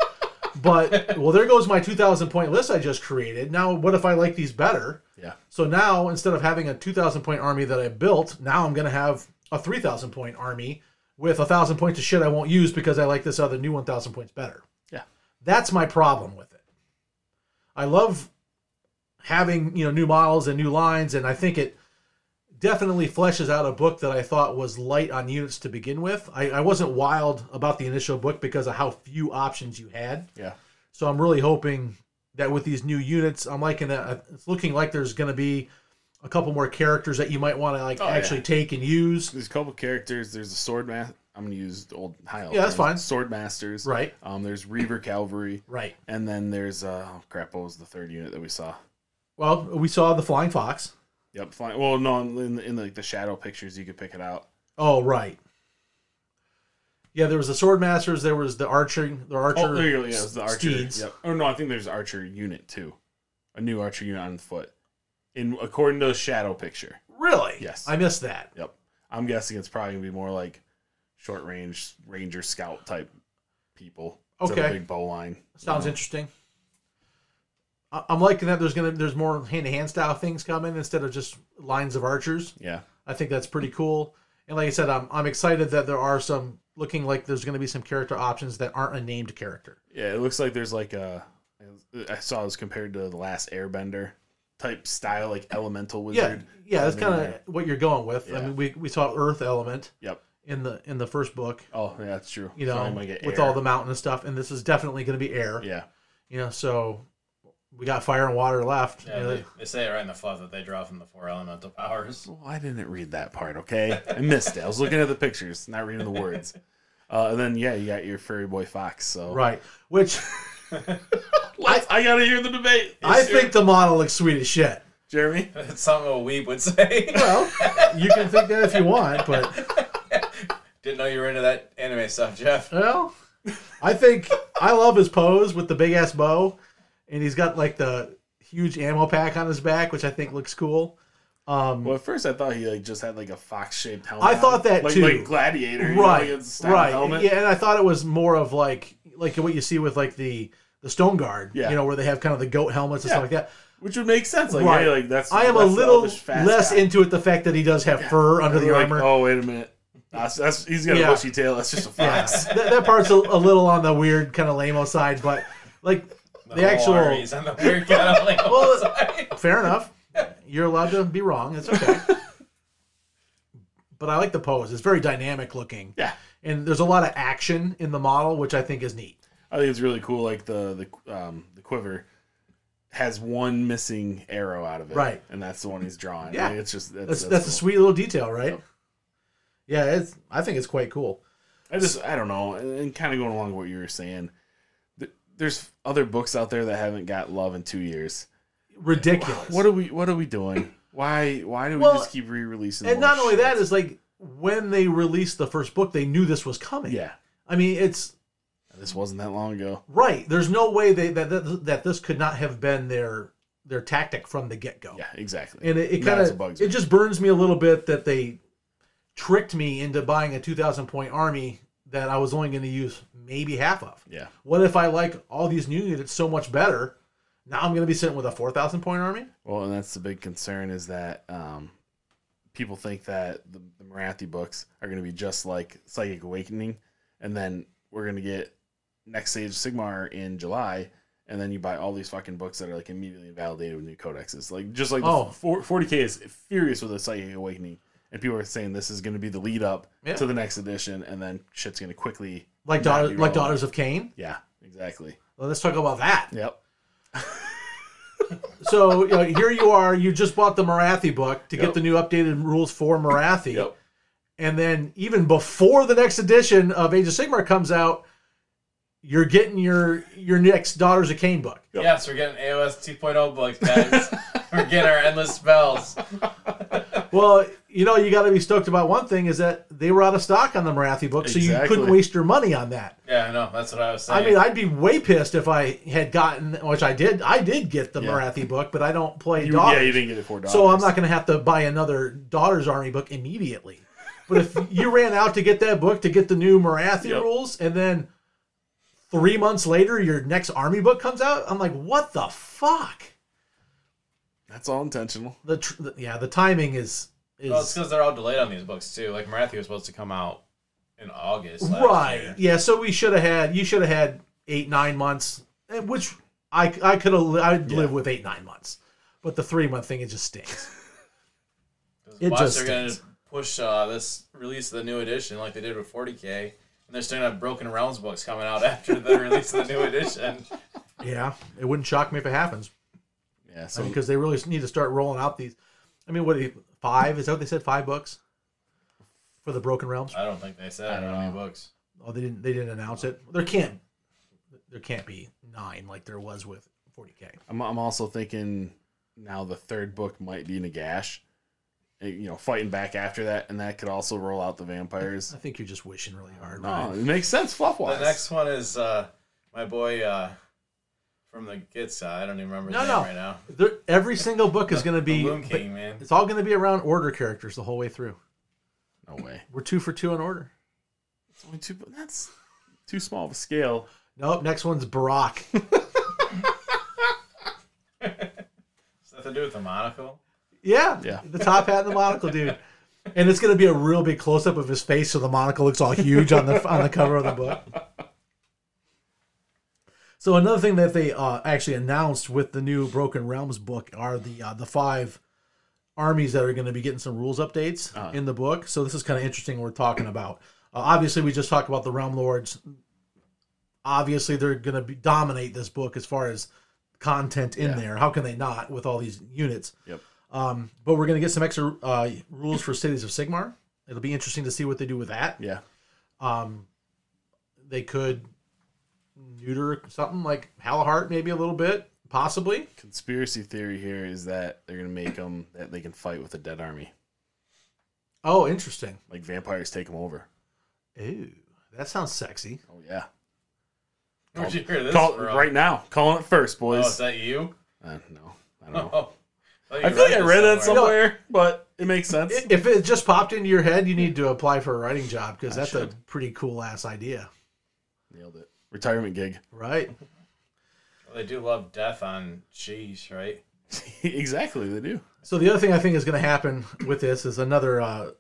Speaker 1: But, well, there goes my 2,000 point list I just created. Now, what if I like these better?
Speaker 3: Yeah.
Speaker 1: So now, instead of having a 2,000 point army that I built, now I'm going to have a 3,000 point army with a 1,000 points of shit I won't use because I like this other new 1,000 points better.
Speaker 3: Yeah.
Speaker 1: That's my problem with it. I love having, you know, new models and new lines, and I think it definitely fleshes out a book that I thought was light on units to begin with. I, I wasn't wild about the initial book because of how few options you had.
Speaker 3: Yeah.
Speaker 1: So I'm really hoping that with these new units, I'm liking that. uh, It's looking like there's going to be a couple more characters that you might want to like
Speaker 3: Oh, yeah.
Speaker 1: actually take and use.
Speaker 3: There's a couple characters. There's a sword master. I'm gonna use the old high. elf
Speaker 1: Yeah, that's
Speaker 3: terms.
Speaker 1: fine.
Speaker 3: Sword masters.
Speaker 1: Right.
Speaker 3: Um. There's Reaver Calvary,
Speaker 1: Right.
Speaker 3: and then there's uh oh, crap. What was the third unit that we saw?
Speaker 1: Well, we saw the flying fox.
Speaker 3: Yep. Fine. Well, no. In the, in like the shadow pictures, you could pick it out.
Speaker 1: Oh, right. Yeah, there was the sword masters. There was the arching, the archer.
Speaker 3: Oh, there you go. Yeah, it was the archer.
Speaker 1: steeds.
Speaker 3: Yep. Oh no, I think there's archer unit too, a new archer unit on foot, in according to the shadow picture.
Speaker 1: Really?
Speaker 3: Yes.
Speaker 1: I missed that.
Speaker 3: Yep. I'm guessing it's probably gonna be more like short range ranger scout type people. instead of
Speaker 1: Okay.
Speaker 3: Big bow line.
Speaker 1: Sounds interesting. I- I'm liking that. There's gonna there's more hand to hand style things coming instead of just lines of archers.
Speaker 3: Yeah.
Speaker 1: I think that's pretty cool. And like I said, I'm I'm excited that there are some looking like there's gonna be some character options that aren't a named character.
Speaker 3: Yeah. It looks like there's like a. I saw this compared to the last Airbender type style, like elemental
Speaker 1: Yeah,
Speaker 3: wizard.
Speaker 1: yeah, that's
Speaker 3: I
Speaker 1: kind
Speaker 3: mean,
Speaker 1: of what you're going with. I
Speaker 3: Yeah.
Speaker 1: mean, we we saw Earth element
Speaker 3: Yep.
Speaker 1: in the in the first book.
Speaker 3: Oh, yeah, that's true.
Speaker 1: You
Speaker 3: So I
Speaker 1: know,
Speaker 3: might get
Speaker 1: with
Speaker 3: air.
Speaker 1: all the mountain and stuff, and this is definitely gonna be air.
Speaker 3: Yeah.
Speaker 1: You know, so we got fire and water left.
Speaker 2: Yeah,
Speaker 1: You know,
Speaker 2: they, they say it right in the fluff that they draw from the four elemental powers. <laughs>
Speaker 3: Well, I didn't read that part. Okay, I missed it. I was looking at the pictures, not reading the words. Uh, and then yeah, you got your furry boy fox. So
Speaker 1: right. Which
Speaker 3: I, I gotta hear the debate.
Speaker 1: I think the model looks sweet as shit.
Speaker 3: Jeremy.
Speaker 2: That's something a weeb would say. <laughs>
Speaker 1: Well, you can think that if you want, but
Speaker 2: Didn't know you were into that anime stuff, Jeff.
Speaker 1: Well, I think I love his pose with the big ass bow, and he's got like the huge ammo pack on his back, which I think looks cool. Um,
Speaker 3: Well, at first I thought he like just had like a fox shaped helmet.
Speaker 1: I thought
Speaker 3: on.
Speaker 1: that
Speaker 3: like,
Speaker 1: too.
Speaker 3: like gladiator, you know,
Speaker 1: right,
Speaker 3: like a style
Speaker 1: right,
Speaker 3: helmet.
Speaker 1: yeah. And I thought it was more of like like what you see with like the the Stone Guard,
Speaker 3: Yeah.
Speaker 1: you know, where they have kind of the goat helmets and
Speaker 3: Yeah.
Speaker 1: stuff like that.
Speaker 3: which would make sense. Like,
Speaker 1: Right.
Speaker 3: hey, like that's
Speaker 1: I am a
Speaker 3: that's the
Speaker 1: little
Speaker 3: elvish fast
Speaker 1: less
Speaker 3: guy.
Speaker 1: into it the fact that he does have fur under the
Speaker 3: Like,
Speaker 1: armor.
Speaker 3: Oh wait a minute, that's, that's he's got
Speaker 1: Yeah.
Speaker 3: a bushy tail. That's just a
Speaker 1: Yeah.
Speaker 3: fox.
Speaker 1: that, that part's a, a little on the weird kind of lameo side, but like the actual.
Speaker 2: He's on the
Speaker 1: <laughs>
Speaker 2: weird kind of like,
Speaker 1: Well,
Speaker 2: <laughs> sorry.
Speaker 1: Fair enough. You're allowed to be wrong. It's okay. but I like the pose. It's very dynamic looking.
Speaker 3: Yeah.
Speaker 1: And there's a lot of action in the model, which I think is neat.
Speaker 3: <laughs> I think it's really cool. Like the the um, the quiver has one missing arrow out of it,
Speaker 1: Right.
Speaker 3: And that's the one he's drawing.
Speaker 1: Yeah.
Speaker 3: I mean, it's just that's
Speaker 1: That's that's, a
Speaker 3: cool.
Speaker 1: sweet little detail, right? Yeah, it's I think it's quite cool.
Speaker 3: I just I don't know, and, and kind of going along with what you were saying. th- There's other books out there that haven't got love in two years.
Speaker 1: Ridiculous.
Speaker 3: What are we What are we doing? Why Why do we
Speaker 1: Well,
Speaker 3: just keep re-releasing?
Speaker 1: and
Speaker 3: more
Speaker 1: not only
Speaker 3: shit?
Speaker 1: that is like when they released the first book, they knew this was coming.
Speaker 3: yeah,
Speaker 1: I mean, it's
Speaker 3: this wasn't that long ago.
Speaker 1: right. There's no way they that that, that this could not have been their their tactic from the get go.
Speaker 3: Yeah, exactly.
Speaker 1: and it, it
Speaker 3: Not
Speaker 1: kind
Speaker 3: as a bugs
Speaker 1: of it just burns me a little bit that they tricked me into buying a 2000 point army that i was only going to use maybe half of
Speaker 3: yeah,
Speaker 1: what if i like all these new units so much better now i'm going to be sitting with a 4000 point army
Speaker 3: well, and that's the big concern is that um, people think that the, the Marathi books are going to be just like Psychic Awakening, and then we're going to get Next Age Sigmar in July, and then you buy all these fucking books that are like immediately invalidated with new codexes. Like just like
Speaker 1: Oh.
Speaker 3: the four- 40k is furious with the Psychic Awakening, and people are saying this is going to be the lead up
Speaker 1: Yeah.
Speaker 3: to the next edition, and then shit's going to quickly.
Speaker 1: like
Speaker 3: Not
Speaker 1: daughter,
Speaker 3: be
Speaker 1: like
Speaker 3: relevant.
Speaker 1: daughters of cain
Speaker 3: Yeah, exactly.
Speaker 1: well, let's talk about that
Speaker 3: Yep.
Speaker 1: so you know, here you are you just bought the marathi book to get
Speaker 3: Yep.
Speaker 1: the new updated rules for marathi
Speaker 3: Yep.
Speaker 1: and then even before the next edition of age of sigmar comes out you're getting your your next daughters of cain book
Speaker 2: Yes, we're getting AOS 2.0 books, oh
Speaker 1: <laughs>
Speaker 2: guys. we're getting our endless spells.
Speaker 1: Well, you know, you got to be stoked about one thing is that they were out of stock on the Marathi book, so you
Speaker 3: Exactly. Oh,
Speaker 1: couldn't waste your money on that.
Speaker 2: Yeah, I know. That's what I was saying.
Speaker 1: I mean, I'd be way pissed if I had gotten, which I did. I did get the
Speaker 3: Yeah.
Speaker 1: Marathi book, but I don't play
Speaker 3: You,
Speaker 1: daughters,
Speaker 3: yeah, you didn't get it for dollars.
Speaker 1: so I'm not going to have to buy another Daughters Army book immediately. But if <laughs> you ran out to get that book to get the new Marathi
Speaker 3: Yep.
Speaker 1: rules, and then three months later your next Army book comes out, I'm like, what the fuck?
Speaker 3: That's all intentional.
Speaker 1: The, tr- the yeah, the timing is is
Speaker 2: well, Oh, it's because they're all delayed on these books, too. Like, Marathi was supposed to come out in August. Last
Speaker 1: right
Speaker 2: Year.
Speaker 1: yeah so we should have had you should have had eight nine months eh, which i i could have i'd live with eight nine months but the three month thing it just stinks
Speaker 2: 'Cause
Speaker 1: It
Speaker 2: watch,
Speaker 1: just
Speaker 2: they're going to
Speaker 1: stinks.
Speaker 2: push uh, this release of the new edition like they did with 40K. And they're still going to have Broken Realms books coming out <laughs> after the release of the new edition.
Speaker 1: yeah it wouldn't shock me if it happens
Speaker 3: Yeah,
Speaker 1: because
Speaker 3: so
Speaker 1: I mean, 'cause they really need to start rolling out these i mean what do you- five is that what they said five books for the broken realms
Speaker 2: I don't think they said
Speaker 3: I don't
Speaker 2: how many
Speaker 3: know.
Speaker 2: books.
Speaker 1: oh they didn't they didn't announce it there can't there can't be nine like there was with 40k
Speaker 3: I'm, I'm also thinking now the third book might be Nagash. Eh, You know, fighting back after that, and that could also roll out the
Speaker 2: <laughs>
Speaker 3: vampires.
Speaker 1: i think you're just wishing really hard
Speaker 3: No,
Speaker 1: Ryan.
Speaker 3: it makes sense fluff
Speaker 2: The
Speaker 3: wise.
Speaker 2: next one is uh, my boy uh, from the Gitsa. I don't even remember his
Speaker 1: No,
Speaker 2: name
Speaker 1: no.
Speaker 2: right now.
Speaker 1: There, every single book is going to be
Speaker 2: The Moon King, man.
Speaker 1: it's all going to be around order characters the whole way through
Speaker 3: No way.
Speaker 1: We're two for two in order.
Speaker 3: It's only two. but That's too small of a scale.
Speaker 1: Nope. Next one's Barack.
Speaker 2: Does that have to do with the monocle?
Speaker 1: yeah.
Speaker 3: Yeah.
Speaker 1: The top hat and the monocle, dude. And it's gonna be a real big close up of his face, so the monocle looks all huge on the on the cover of the book. So another thing that they uh, actually announced with the new Broken Realms book are the uh, the five armies that are going to be getting some rules updates
Speaker 3: Uh-huh.
Speaker 1: in the book. So this is kind of interesting. We're talking about. Uh, obviously, we just talked about the Realm Lords. Obviously, they're going to be, dominate this book as far as content in
Speaker 3: Yeah.
Speaker 1: there. How can they not with all these units?
Speaker 3: Yep.
Speaker 1: Um, but we're going to get some extra uh, rules for Cities of Sigmar. It'll be interesting to see what they do with that.
Speaker 3: Yeah.
Speaker 1: Um, they could neuter something like Halahart, maybe a little bit, possibly.
Speaker 3: Conspiracy theory here is that they're gonna make them that they can fight with a dead army.
Speaker 1: Oh, interesting.
Speaker 3: Like vampires take them over.
Speaker 1: Ooh, that sounds sexy.
Speaker 3: Oh yeah.
Speaker 2: <laughs> Where'd you hear this
Speaker 3: Call
Speaker 2: from?
Speaker 3: right now. Calling it first,
Speaker 2: Oh, is
Speaker 3: boys.
Speaker 2: that you?
Speaker 3: uh, no, I don't know.
Speaker 2: <laughs> Oh, think
Speaker 3: I feel like I read that
Speaker 2: this
Speaker 3: somewhere, but it
Speaker 2: <laughs>
Speaker 3: makes sense.
Speaker 1: I- If it just popped into your head, you need to apply for a writing job because that's a pretty cool ass idea,
Speaker 3: Nailed it. Retirement gig. <laughs>
Speaker 1: right?
Speaker 2: Well, they do love death on cheese, right?
Speaker 3: exactly, they do.
Speaker 1: So the other thing I think is going to happen with this is another uh,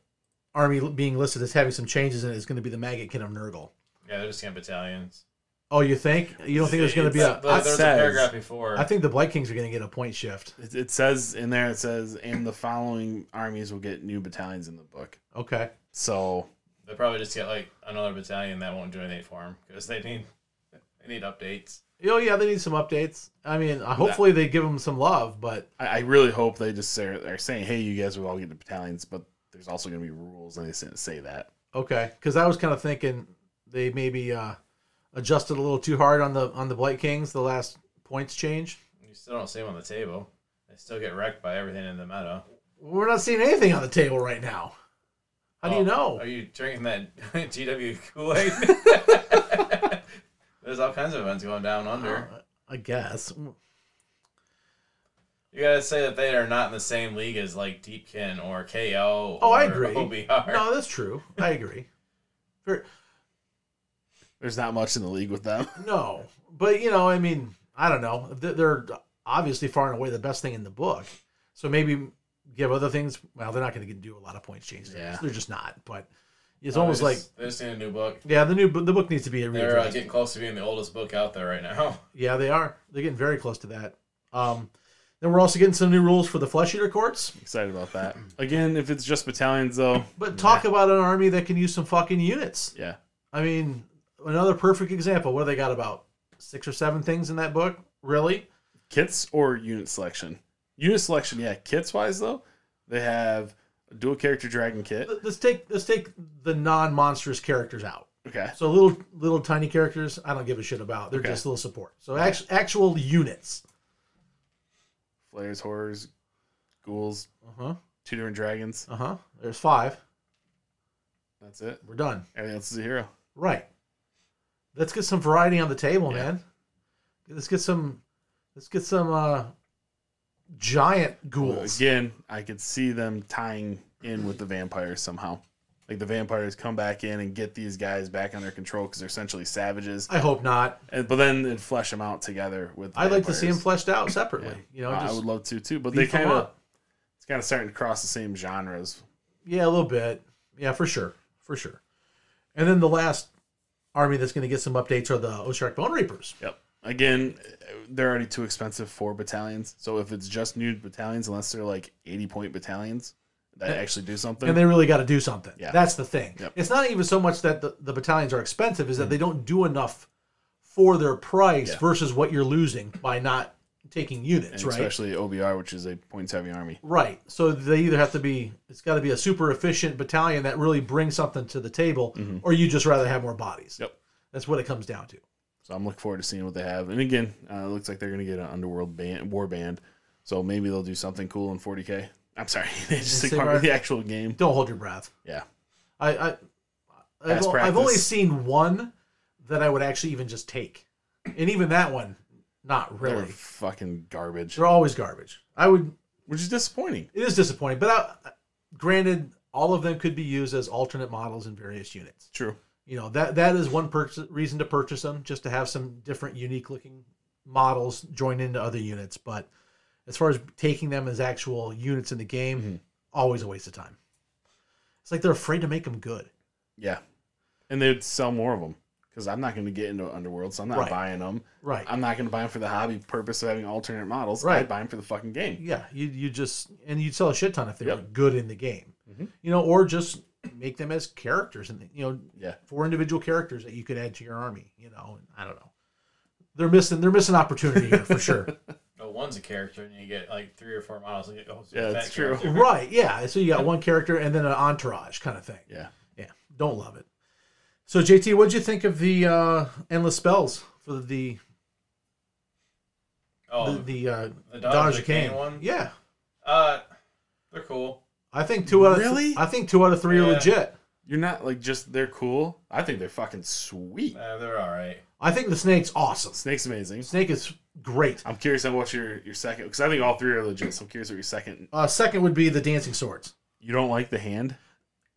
Speaker 1: army being listed as having some changes, and it is going to be the Maggot Kid of Nurgle.
Speaker 2: Yeah, they're just gonna battalions.
Speaker 1: Oh, you think? You don't think there's going to be
Speaker 2: It's-
Speaker 1: a?
Speaker 2: but There was a
Speaker 3: says-
Speaker 2: paragraph before.
Speaker 1: I think the Blight Kings are going to get a point shift.
Speaker 3: It, it says in there, it says, and the following armies will get new battalions in the book.
Speaker 1: Okay.
Speaker 3: So
Speaker 2: they probably just get like another battalion that won't do anything for them because they need they need updates.
Speaker 1: Oh yeah, they need some updates. I mean, uh, hopefully they give them some love, but
Speaker 3: I, I really hope they just say, are saying, hey, you guys will all get the battalions, but there's also going to be rules, and they didn't say that.
Speaker 1: okay. Because I was kind of thinking they maybe uh, adjusted a little too hard on the on the Blight Kings the last points change.
Speaker 2: You still don't see them on the table. They still get wrecked by everything in the meta.
Speaker 1: We're not seeing anything on the table right now. How do
Speaker 2: Oh,
Speaker 1: you know?
Speaker 2: Are you drinking that <laughs> GW Kool Aid? <laughs> There's all kinds of events going down under.
Speaker 1: Uh, I guess.
Speaker 2: You gotta say that they are not in the same league as like Deepkin or KO.
Speaker 1: Oh,
Speaker 2: or
Speaker 1: I
Speaker 2: <laughs>
Speaker 1: agree.
Speaker 2: OBR.
Speaker 1: No, that's true. I agree. Ver-
Speaker 3: There's not much in the league with them. <laughs>
Speaker 1: No, but you know, I mean, I don't know. Th- They're obviously far and away the best thing in the book. So maybe give other things. Well, they're not going to do a lot of points changes.
Speaker 3: Yeah.
Speaker 1: They're just not. But it's
Speaker 2: No,
Speaker 1: almost
Speaker 2: they
Speaker 1: like
Speaker 2: just, they just need a new book.
Speaker 1: yeah, the new bu- the book needs to be
Speaker 2: Oh, They're uh,
Speaker 1: readdressed.
Speaker 2: getting close to being the oldest book out there right now. <laughs>
Speaker 1: yeah, they are. They're getting very close to that. Um, then we're also getting some new rules for the flesh eater courts.
Speaker 3: Excited about that. Again, if it's just battalions, though,
Speaker 1: But talk about an army that can use some fucking units.
Speaker 3: yeah.
Speaker 1: I mean, another perfect example. What do they got about six or seven things in that book? Really?
Speaker 3: Kits or unit selection? Unit selection, yeah. Kits wise, though, they have a dual character dragon kit.
Speaker 1: Let- Let's take let's take the non monstrous characters out.
Speaker 3: Okay.
Speaker 1: So little little tiny characters, I don't give a shit about. They're
Speaker 3: Okay.
Speaker 1: just little support. So act, actual units.
Speaker 3: Flares, horrors, ghouls,
Speaker 1: Uh huh.
Speaker 3: two different dragons.
Speaker 1: Uh huh. There's five.
Speaker 3: That's it.
Speaker 1: We're done.
Speaker 3: Everything else is a hero.
Speaker 1: Right. Let's get some variety on the table,
Speaker 3: Yeah.
Speaker 1: man. Let's get some. Let's get some uh, giant ghouls.
Speaker 3: Again, I could see them tying in with the vampires somehow. Like the vampires come back in and get these guys back under control because they're essentially savages.
Speaker 1: I hope not.
Speaker 3: And, but then it flesh them out together with. the
Speaker 1: I'd like to see them
Speaker 3: vampires.
Speaker 1: fleshed out separately. You know,
Speaker 3: Uh, I
Speaker 1: just
Speaker 3: would love to too, but they
Speaker 1: beef 'em
Speaker 3: kind of
Speaker 1: up.
Speaker 3: it's kind of starting to cross the same genres.
Speaker 1: Yeah, a little bit. Yeah, for sure, for sure. And then the last army that's going to get some updates are the Oshark Bone Reapers.
Speaker 3: Yep. Again, they're already too expensive for battalions. So if it's just new battalions, unless they're like eighty point battalions that
Speaker 1: And-
Speaker 3: actually do something,
Speaker 1: and they really got to do something.
Speaker 3: Yeah.
Speaker 1: That's the thing.
Speaker 3: Yep. Mm-hmm.
Speaker 1: It's not even so much that the, the battalions are expensive, is that they don't do enough for their price
Speaker 3: Yeah.
Speaker 1: versus what you're losing by not taking units,
Speaker 3: and
Speaker 1: right?
Speaker 3: especially OBR, which is a points heavy army.
Speaker 1: Right. So they either have to be, it's got to be a super efficient battalion that really brings something to the table,
Speaker 3: Mhm.
Speaker 1: or you just rather have more bodies.
Speaker 3: Yep.
Speaker 1: That's what it comes down to.
Speaker 3: So I'm looking forward to seeing what they have. And again, uh, it looks like they're going to get an underworld band, war band. So maybe they'll do something cool in 40k. I'm sorry, <laughs> they just
Speaker 1: They
Speaker 3: take
Speaker 1: say
Speaker 3: part
Speaker 1: right-
Speaker 3: with the actual game.
Speaker 1: Don't hold your breath.
Speaker 3: Yeah.
Speaker 1: I, I I've,
Speaker 3: Past
Speaker 1: o- I've only
Speaker 3: practice.
Speaker 1: seen one that I would actually even just take, and even that one, not
Speaker 3: They're
Speaker 1: really.
Speaker 3: fucking garbage,
Speaker 1: They're always garbage. I would
Speaker 3: which is disappointing.
Speaker 1: it is disappointing. But I, granted, all of them could be used as alternate models in various units.
Speaker 3: True.
Speaker 1: You know that that is one pur- reason to purchase them, just to have some different, unique looking models join into other units. But as far as taking them as actual units in the game,
Speaker 3: Mhm.
Speaker 1: always a waste of time. It's like they're afraid to make them good.
Speaker 3: Yeah. And they'd sell more of them because I'm not going to get into underworld, so I'm not
Speaker 1: Right.
Speaker 3: buying them.
Speaker 1: Right.
Speaker 3: I'm not going to buy them for the hobby purpose of having alternate models.
Speaker 1: Right.
Speaker 3: I'd buy them for the fucking game.
Speaker 1: yeah, you you just and you'd sell a shit ton if they were
Speaker 3: Yep.
Speaker 1: good in the game.
Speaker 3: Mhm.
Speaker 1: You know, or just make them as characters and you know
Speaker 3: Yeah.
Speaker 1: four individual characters that you could add to your army. You know, and I don't know. They're missing. They're missing opportunity here for sure.
Speaker 2: No one's a character, and you get like three or four models. And you get, oh, it's
Speaker 3: Yeah,
Speaker 2: that
Speaker 3: that's true.
Speaker 1: <laughs>
Speaker 2: character.
Speaker 1: right? Yeah. So you got one character and then an entourage kind of thing.
Speaker 3: Yeah.
Speaker 1: Yeah. Don't love it. So JT, what'd you think of the uh, endless spells for the
Speaker 2: Oh,
Speaker 1: the, the uh,
Speaker 2: the
Speaker 1: dodge
Speaker 2: Dodge
Speaker 1: of
Speaker 2: the
Speaker 1: cane
Speaker 2: Cane one.
Speaker 1: Yeah,
Speaker 2: Uh, they're cool.
Speaker 1: I think two out of
Speaker 3: Really?
Speaker 1: I think two out of three are
Speaker 2: Yeah.
Speaker 1: legit.
Speaker 3: You're not like just they're cool. I think they're fucking sweet.
Speaker 2: Uh, they're all right.
Speaker 1: I think the snake's awesome.
Speaker 3: Snake's amazing.
Speaker 1: Snake is great.
Speaker 3: I'm curious on what your your second because I think all three are legit. So I'm curious what your second.
Speaker 1: Uh, second would be the dancing swords.
Speaker 3: You don't like the hand?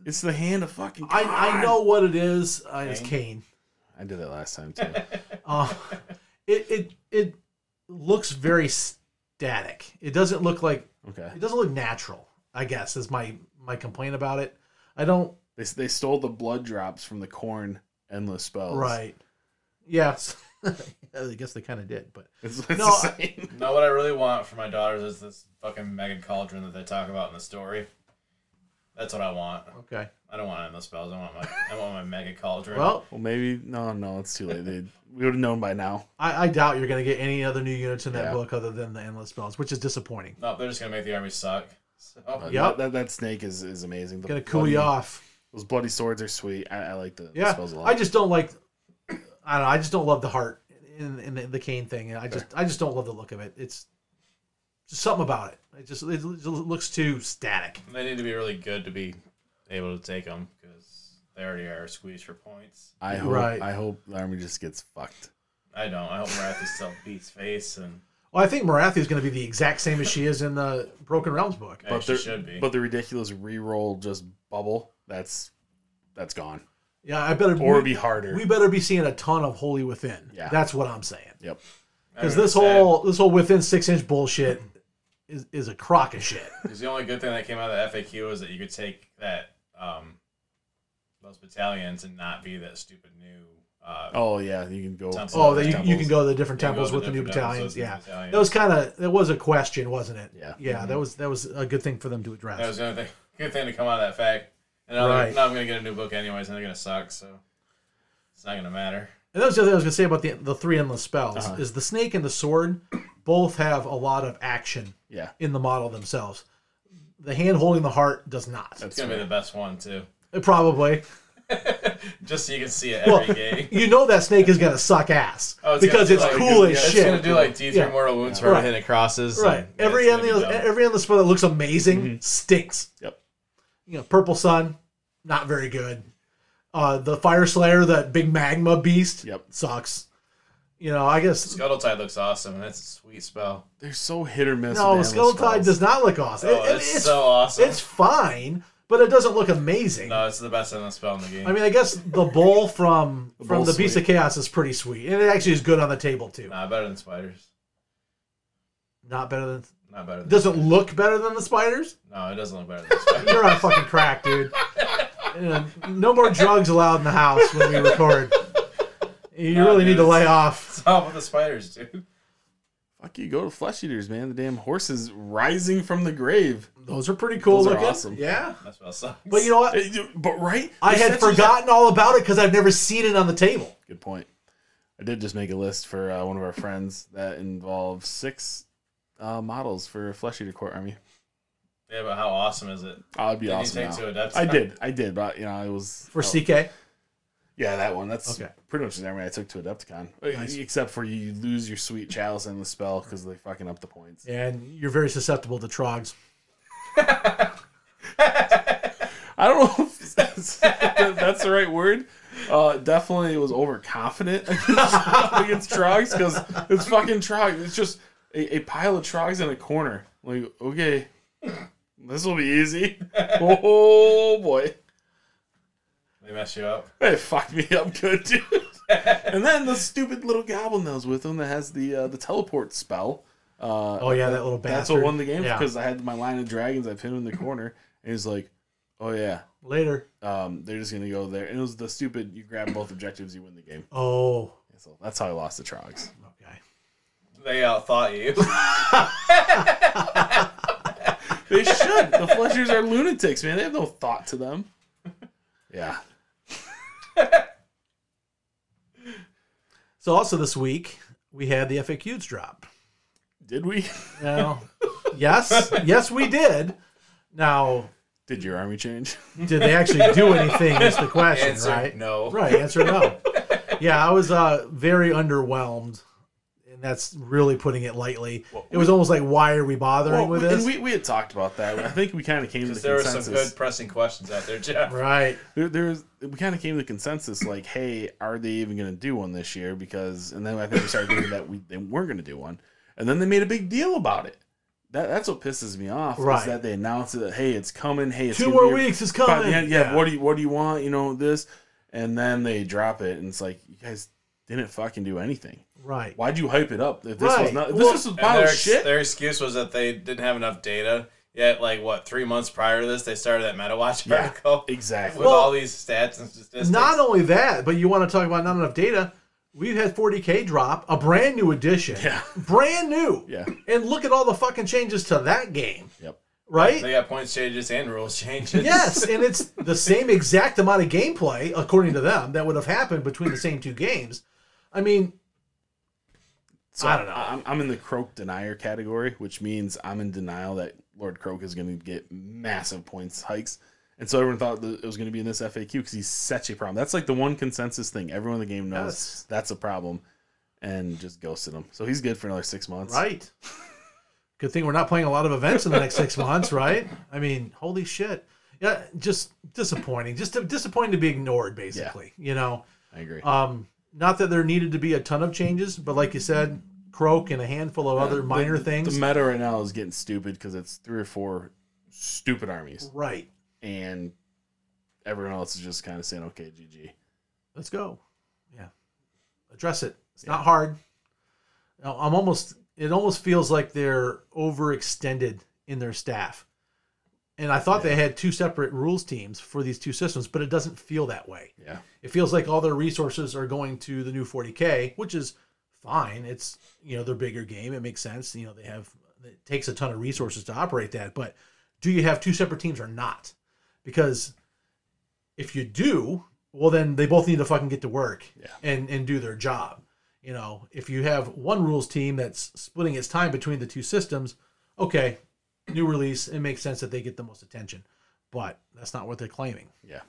Speaker 3: It's the hand of fucking.
Speaker 1: I, I
Speaker 3: God.
Speaker 1: know what it is. Uh, it's <laughs>
Speaker 2: Kane.
Speaker 1: Kane.
Speaker 3: I did that last
Speaker 1: <laughs>
Speaker 3: time too.
Speaker 1: Uh, it it it looks very static. It doesn't look like
Speaker 3: Okay.
Speaker 1: it doesn't look natural. I guess is my my complaint about it. I don't
Speaker 3: They they stole the blood drops from the corn endless spells.
Speaker 1: right. Yes, <laughs> I guess they kind of did, but
Speaker 3: It's, it's
Speaker 1: No,
Speaker 3: the same.
Speaker 2: No, what I really want for my daughters is this fucking mega cauldron that they talk about in the story. That's what I want.
Speaker 1: okay.
Speaker 2: I don't want endless spells. I want my I want my mega cauldron.
Speaker 1: Well,
Speaker 3: Well, maybe no, no, it's too late. They, we would have known by now.
Speaker 1: I, I doubt you're going to get any other new units in that
Speaker 3: Yeah.
Speaker 1: book other than the endless spells, which is disappointing.
Speaker 2: no, they're just gonna make the army suck. So
Speaker 3: But
Speaker 1: Yep.
Speaker 3: that, that that snake is is amazing. The
Speaker 1: Going to cool
Speaker 3: bloody-
Speaker 1: you off.
Speaker 3: Those bloody swords are sweet. I, I like the, the
Speaker 1: Yeah,
Speaker 3: spells a lot.
Speaker 1: I just don't like. I don't. know, I just don't love the heart in, in the, the cane thing. and I just I just don't love the look of it. It's just something about it. It just it l- looks too static.
Speaker 2: they need to be really good to be able to take them because they already are squeezed for points.
Speaker 3: I hope
Speaker 1: Right.
Speaker 3: I hope the army just gets fucked.
Speaker 2: I don't. I hope Marathi still <laughs> beats face and
Speaker 1: Well, I think Marathi is going to be the exact same as she is in the Broken Realms book.
Speaker 2: but
Speaker 3: they're-
Speaker 2: should be.
Speaker 3: But the ridiculous re-roll just bubble that's that's gone
Speaker 1: Yeah, I better
Speaker 3: or
Speaker 1: we,
Speaker 3: be harder.
Speaker 1: we better be seeing a ton of Holy Within.
Speaker 3: Yeah.
Speaker 1: that's what I'm saying.
Speaker 3: yep.
Speaker 1: Because this whole this whole within six inch bullshit is is a crock of
Speaker 2: <laughs>
Speaker 1: shit.
Speaker 2: Because the only good thing that came out of the FAQ is that you could take that um, those battalions and not be that stupid new. Uh,
Speaker 3: Oh yeah, you can go.
Speaker 2: Temple.
Speaker 1: Oh, that you, you
Speaker 3: Temples.
Speaker 1: can go to the different
Speaker 2: You can go
Speaker 1: temples
Speaker 2: to
Speaker 1: with the new
Speaker 2: different
Speaker 1: battalions.
Speaker 2: temples with the
Speaker 1: Yeah,
Speaker 2: battalions.
Speaker 1: that was kind of that was a question, wasn't it?
Speaker 3: Yeah.
Speaker 1: yeah, that was that was a good thing for them to address.
Speaker 2: That was the only thing, <laughs> good thing to come out of that fact. And now,
Speaker 1: Right.
Speaker 2: they're- now I'm going to get a new book anyways, and they're going to suck, so it's not going to matter.
Speaker 1: And that was the other thing I was going to say about the the three endless spells
Speaker 3: Uh-huh.
Speaker 1: is the snake and the sword both have a lot of action
Speaker 3: Yeah,
Speaker 1: in the model themselves. The hand holding the heart does not.
Speaker 2: It's going to be the best one, too.
Speaker 1: Probably.
Speaker 2: Just so you can see it
Speaker 1: Well,
Speaker 2: every game.
Speaker 1: you know that snake is going to suck ass
Speaker 2: Oh, it's
Speaker 1: because
Speaker 2: gonna
Speaker 1: it's
Speaker 2: do like-
Speaker 1: cool as
Speaker 2: It's
Speaker 1: shit.
Speaker 2: going to do like D3
Speaker 1: Yeah.
Speaker 2: mortal wounds
Speaker 1: Right.
Speaker 2: for hitting crosses. and
Speaker 1: Right.
Speaker 2: yeah,
Speaker 1: every
Speaker 2: it's gonna
Speaker 1: endless
Speaker 2: be dumb. Mm-hmm.
Speaker 1: every endless spell that looks amazing stinks.
Speaker 3: Yep.
Speaker 1: You know, purple sun, not very good. Uh, the fire slayer, that big magma beast,
Speaker 3: Yep.
Speaker 1: sucks. You know, I guess
Speaker 2: Scuttle Tide looks awesome, and that's a sweet spell.
Speaker 3: they're so hit or miss.
Speaker 1: no.
Speaker 3: with the endless
Speaker 1: Skull tide
Speaker 3: spells.
Speaker 1: does not look awesome.
Speaker 2: Oh,
Speaker 1: It- it-
Speaker 2: that's
Speaker 1: it's
Speaker 2: so awesome.
Speaker 1: it's fine, but it doesn't look amazing.
Speaker 2: no, it's the best endless spell in the game.
Speaker 1: I mean, I guess the bowl from from
Speaker 3: bowl's
Speaker 1: the beast of chaos is pretty sweet, and it actually is good on the table too.
Speaker 2: nah, better than spiders.
Speaker 1: Not better than
Speaker 2: Not better than
Speaker 1: doesn't look better than the spiders.
Speaker 2: No, it doesn't look better than spiders. <laughs>
Speaker 1: You're on fucking crack, dude. Uh, No more drugs allowed in the house when we record. You
Speaker 2: Nah,
Speaker 1: really
Speaker 2: dude,
Speaker 1: need to
Speaker 2: it's-
Speaker 1: lay off.
Speaker 2: Stop with the spiders, dude.
Speaker 3: Fuck you, go to flesh eaters, man. The damn horses rising from the grave.
Speaker 1: Those are pretty cool
Speaker 3: Those are
Speaker 1: looking.
Speaker 3: awesome.
Speaker 1: Yeah.
Speaker 2: That spell sucks.
Speaker 1: But you know what?
Speaker 3: Eh, you- But right,
Speaker 1: Uh, I
Speaker 3: There's
Speaker 1: had
Speaker 3: such a-
Speaker 1: forgotten all about it because I've never seen it on the table.
Speaker 3: Good point. I did just make a list for uh, one of our friends that involves six uh, models for a flesh eater court army.
Speaker 2: yeah, but how awesome is it?
Speaker 3: Oh, that'd be
Speaker 2: Did you
Speaker 3: awesome.
Speaker 2: take
Speaker 3: now.
Speaker 2: to it? That's-
Speaker 3: I did, I did, but you know, it was
Speaker 1: For
Speaker 3: oh,
Speaker 1: CK?
Speaker 3: Yeah, that one. That's
Speaker 1: Okay.
Speaker 3: pretty much the army I took to Adepticon,
Speaker 1: Nice.
Speaker 3: except for you lose your sweet chalice and the spell because they fucking up the points.
Speaker 1: And you're very susceptible to trogs.
Speaker 3: I don't know if <laughs> that's, that- that's the right word. Uh, definitely, it was overconfident <laughs> against, against Trogs because it's fucking Trogs. It's just a, a pile of Trogs in a corner. Like, okay, this will be easy. Oh boy,
Speaker 2: They mess you up.
Speaker 3: it fucked me up good, dude. And then the stupid little goblin that was with him that has the uh, the teleport spell. Uh,
Speaker 1: Oh, yeah, that little bastard.
Speaker 3: that's what won the game
Speaker 1: Yeah.
Speaker 3: because I had my line of dragons. I pinned him in the corner, and he's like, "Oh yeah."
Speaker 1: Later.
Speaker 3: um, they're just gonna go there. And it was the stupid you grab both objectives, you win the game.
Speaker 1: Oh,
Speaker 3: So that's how I lost the Trogs.
Speaker 1: okay.
Speaker 2: They
Speaker 1: <laughs>
Speaker 2: outthought you.
Speaker 3: They should. the Fleshers are lunatics, man. They have no thought to them. Yeah.
Speaker 1: So, also this week, we had the FAQs drop.
Speaker 3: Did we? <laughs>
Speaker 1: Now, yes, yes, we did. Now,
Speaker 3: Did your army change?
Speaker 1: did they actually do anything is the question,
Speaker 2: Answer
Speaker 1: right?
Speaker 2: no.
Speaker 1: Right, answer no. yeah, I was uh, very underwhelmed and that's really putting it lightly. It was almost like, why are we bothering
Speaker 3: Well,
Speaker 1: with
Speaker 3: we-
Speaker 1: this?
Speaker 3: and we, we had talked about that. I think we kind of came to the
Speaker 2: Because there were
Speaker 3: consensus.
Speaker 2: some good pressing questions out there, Jeff.
Speaker 1: right.
Speaker 3: there, there's we kind of came to the consensus like, hey, are they even going to do one this year? Because and then I think we started thinking that we they weren't going to do one, and then they made a big deal about it. That that's what pisses me off
Speaker 1: Right.
Speaker 3: is that they announced that hey, it's coming. Hey, it's
Speaker 1: Two
Speaker 3: gonna
Speaker 1: more
Speaker 3: be-
Speaker 1: weeks is <laughs>
Speaker 3: But
Speaker 1: coming.
Speaker 3: yeah, yeah, What do you what do you want? You know this, and then they drop it, and it's like you guys didn't fucking do anything.
Speaker 1: right.
Speaker 3: Why'd you hype it up? If this was
Speaker 1: Right.
Speaker 3: not, if
Speaker 1: Well,
Speaker 3: this was a
Speaker 2: And
Speaker 3: pile
Speaker 2: their,
Speaker 3: of
Speaker 2: ex-
Speaker 3: shit.
Speaker 2: their excuse was that they didn't have enough data. Yet, like what three months prior to this, they started that MetaWatch
Speaker 3: Yeah,
Speaker 2: article <laughs> with
Speaker 3: Exactly.
Speaker 1: Well,
Speaker 2: all these stats and statistics.
Speaker 1: Not only that, but you want to talk about not enough data. We've had 40K drop, a brand new edition.
Speaker 3: Yeah.
Speaker 1: Brand new.
Speaker 3: Yeah.
Speaker 1: And look at all the fucking changes to that game,
Speaker 3: Yep.
Speaker 1: right?
Speaker 2: they got points changes and rules changes. <laughs>
Speaker 1: yes, and it's the same exact amount of gameplay, according to them, that would have happened between the same two games. I mean,
Speaker 3: So
Speaker 1: I don't know.
Speaker 3: I'm, I'm in the Croak denier category, which means I'm in denial that Lord Croak is going to get massive points hikes. And so everyone thought that it was going to be in this FAQ because he's such a problem. That's like the one consensus thing. Everyone in the game knows
Speaker 1: Yes.
Speaker 3: that's a problem and just ghosted him. So he's good for another six months.
Speaker 1: right. <laughs> Good thing we're not playing a lot of events in the next six months, right? I mean, holy shit. Yeah, just disappointing. Just disappointing to be ignored, basically. You know,
Speaker 3: I agree.
Speaker 1: Um, not that there needed to be a ton of changes, but like you said, Croak and a handful of other minor things.
Speaker 3: The meta right now is getting stupid because it's three or four stupid armies.
Speaker 1: right.
Speaker 3: And everyone else is just kind of saying, okay, GG.
Speaker 1: Let's go. Yeah. Address it. It's not hard. Now, I'm almost it almost feels like they're overextended in their staff. And I thought they had two separate rules teams for these two systems, but it doesn't feel that way.
Speaker 3: Yeah.
Speaker 1: it feels like all their resources are going to the new 40k which is fine it's you know their bigger game it makes sense you know they have it takes a ton of resources to operate that but do you have two separate teams or not because if you do well then they both need to fucking get to work
Speaker 3: Yeah.
Speaker 1: and and do their job you know if you have one rules team that's splitting its time between the two systems okay new release it makes sense that they get the most attention but that's not what they're claiming
Speaker 3: Yeah.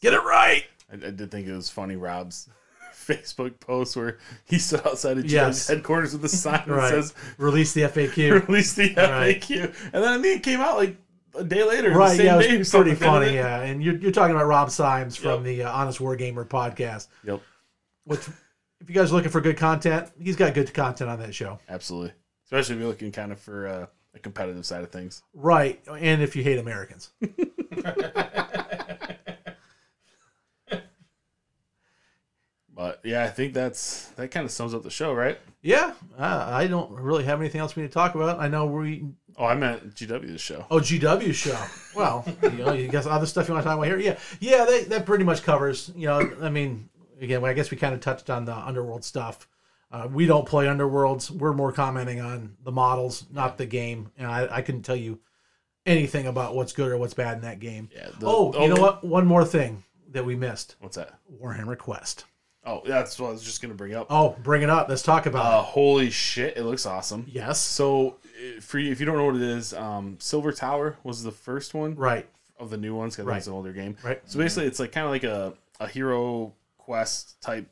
Speaker 1: get it right
Speaker 3: I, I did think it was funny Rob's <laughs> Facebook post where he stood outside of GM's
Speaker 1: Yes.
Speaker 3: headquarters with a sign that
Speaker 1: Right.
Speaker 3: says
Speaker 1: release the
Speaker 3: <laughs>
Speaker 1: FAQ.
Speaker 3: "Release the
Speaker 1: Right.
Speaker 3: FAQ," and then I think it came out like a day later, The
Speaker 1: right,
Speaker 3: same
Speaker 1: yeah,
Speaker 3: day
Speaker 1: it
Speaker 3: or
Speaker 1: was
Speaker 3: something,
Speaker 1: pretty
Speaker 3: didn't
Speaker 1: funny.
Speaker 3: it?
Speaker 1: Yeah, and you're, you're talking about Rob Symes from the uh, Honest Wargamer podcast,
Speaker 3: Yep,
Speaker 1: which, if you guys are looking for good content, he's got good content on that show.
Speaker 3: absolutely. Especially if you're looking kind of for uh, a competitive side of things.
Speaker 1: Right, and if you hate
Speaker 3: <laughs>
Speaker 1: Americans.
Speaker 3: But yeah, I think that's that kind of sums up the show, right?
Speaker 1: Yeah, uh, I don't really have anything else we need to talk about. I know we.
Speaker 3: Oh, I meant GW's show.
Speaker 1: Oh, GW show. Well, you know, you guys, other stuff you want to talk about here? Yeah, yeah, that, that pretty much covers. You know, I mean, again, I guess we kind of touched on the Underworld stuff. Uh, we don't play Underworlds. We're more commenting on the models, not the game. And I, I couldn't tell you anything about what's good or what's bad in that game.
Speaker 3: Yeah, the-
Speaker 1: oh, you know
Speaker 3: oh.
Speaker 1: what? One more thing that we missed
Speaker 3: What's that?
Speaker 1: Warhammer Quest.
Speaker 3: Oh, that's what I was just gonna bring up.
Speaker 1: Oh, bring it up. Let's talk about
Speaker 3: Uh,
Speaker 1: it.
Speaker 3: holy shit, it looks awesome.
Speaker 1: Yes.
Speaker 3: So, uh, for you, if you don't know what it is, um, Silver Tower was the first one,
Speaker 1: Right.
Speaker 3: of the new ones because
Speaker 1: Right.
Speaker 3: it's an older game.
Speaker 1: Right.
Speaker 3: So basically, it's like kind of like a, a hero quest type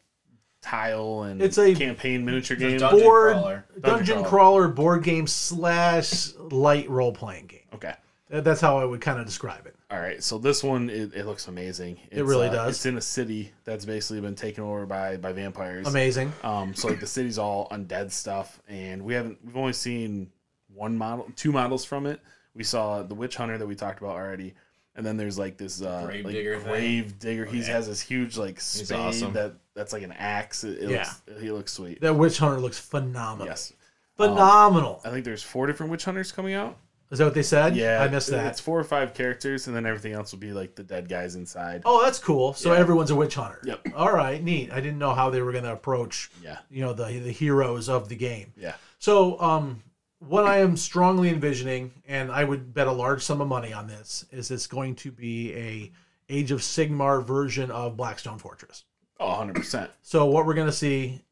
Speaker 3: tile and
Speaker 1: It's a-
Speaker 3: campaign miniature
Speaker 2: It's a
Speaker 3: game.
Speaker 2: dungeon
Speaker 1: Board
Speaker 2: crawler.
Speaker 1: dungeon,
Speaker 3: crawler.
Speaker 1: crawler board game slash light role playing game.
Speaker 3: okay.
Speaker 1: That- That's how I would kind of describe it.
Speaker 3: All right. So this one, it, it looks amazing. It's,
Speaker 1: really
Speaker 3: uh,
Speaker 1: does.
Speaker 3: It's in a city that's basically been taken over by by vampires.
Speaker 1: Amazing.
Speaker 3: Um. So like the city's all undead stuff, and we haven't we've only seen one model, two models from it. We saw the witch hunter that we talked about already. And then there's like this uh,
Speaker 2: Grave
Speaker 3: like
Speaker 2: digger thing.
Speaker 3: grave digger.
Speaker 1: Oh,
Speaker 3: He
Speaker 2: yeah.
Speaker 3: has this huge like spade
Speaker 2: awesome.
Speaker 3: that that's like an axe. It, it
Speaker 1: Yeah.
Speaker 3: looks, he looks sweet.
Speaker 1: That witch hunter looks phenomenal.
Speaker 3: Yes. Um,
Speaker 1: Phenomenal.
Speaker 3: I think there's four different witch hunters coming out.
Speaker 1: Is that what they said?
Speaker 3: Yeah,
Speaker 1: I missed that.
Speaker 3: It's four or five characters, and then everything else will be like the dead guys inside.
Speaker 1: Oh, that's cool. So
Speaker 3: Yeah.
Speaker 1: everyone's a witch hunter.
Speaker 3: Yep.
Speaker 1: All right, neat. I didn't know how they were going to approach,
Speaker 3: Yeah,
Speaker 1: you know, the the heroes of the game.
Speaker 3: yeah,
Speaker 1: So, um, what I am strongly envisioning, and I would bet a large sum of money on this, is it's going to be a Age of Sigmar version of Blackstone Fortress.
Speaker 3: oh, 100 percent.
Speaker 1: So what we're going to see,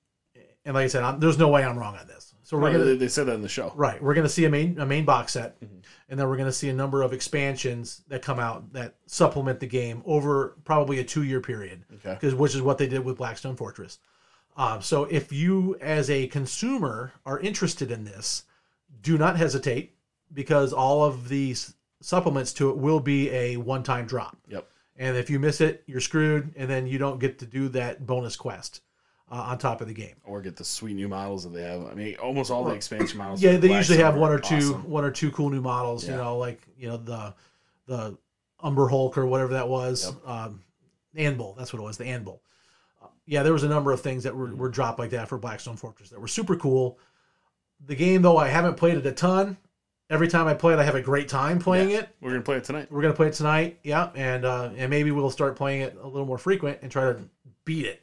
Speaker 1: and like I said, I'm, there's no way I'm wrong on this. So we're going to
Speaker 3: They they said that in the show.
Speaker 1: Right. We're going to see a main a main box set, and then we're going to see a number of expansions that come out that supplement the game over probably a two year period,
Speaker 3: Okay,
Speaker 1: because which is what they did with Blackstone Fortress. Uh, so if you, as a consumer, are interested in this, do not hesitate because all of these supplements to it will be a one-time drop.
Speaker 3: Yep.
Speaker 1: And if you miss it, you're screwed, and then you don't get to do that bonus quest uh, on top of the game.
Speaker 3: Or get the sweet new models that they have. I mean, almost all the expansion models.
Speaker 1: Yeah,
Speaker 3: for
Speaker 1: they
Speaker 3: Black
Speaker 1: usually have
Speaker 3: Summer
Speaker 1: one
Speaker 3: are
Speaker 1: or two,
Speaker 3: awesome.
Speaker 1: one or two cool new models. You
Speaker 3: Yeah.
Speaker 1: know, like you know the the Umber Hulk or whatever that was.
Speaker 3: Yep.
Speaker 1: Um, Anvil, that's what it was. The Anvil. Uh, yeah, there was a number of things that
Speaker 3: Mm-hmm.
Speaker 1: were, were dropped like that for Blackstone Fortress that were super cool. The game, though, I haven't played it a ton. Every time I play it, I have a great time playing
Speaker 3: Yeah.
Speaker 1: it.
Speaker 3: We're gonna play it tonight.
Speaker 1: We're gonna play it tonight, yeah, and uh, and maybe we'll start playing it a little more frequent and try to beat
Speaker 3: <laughs>
Speaker 1: it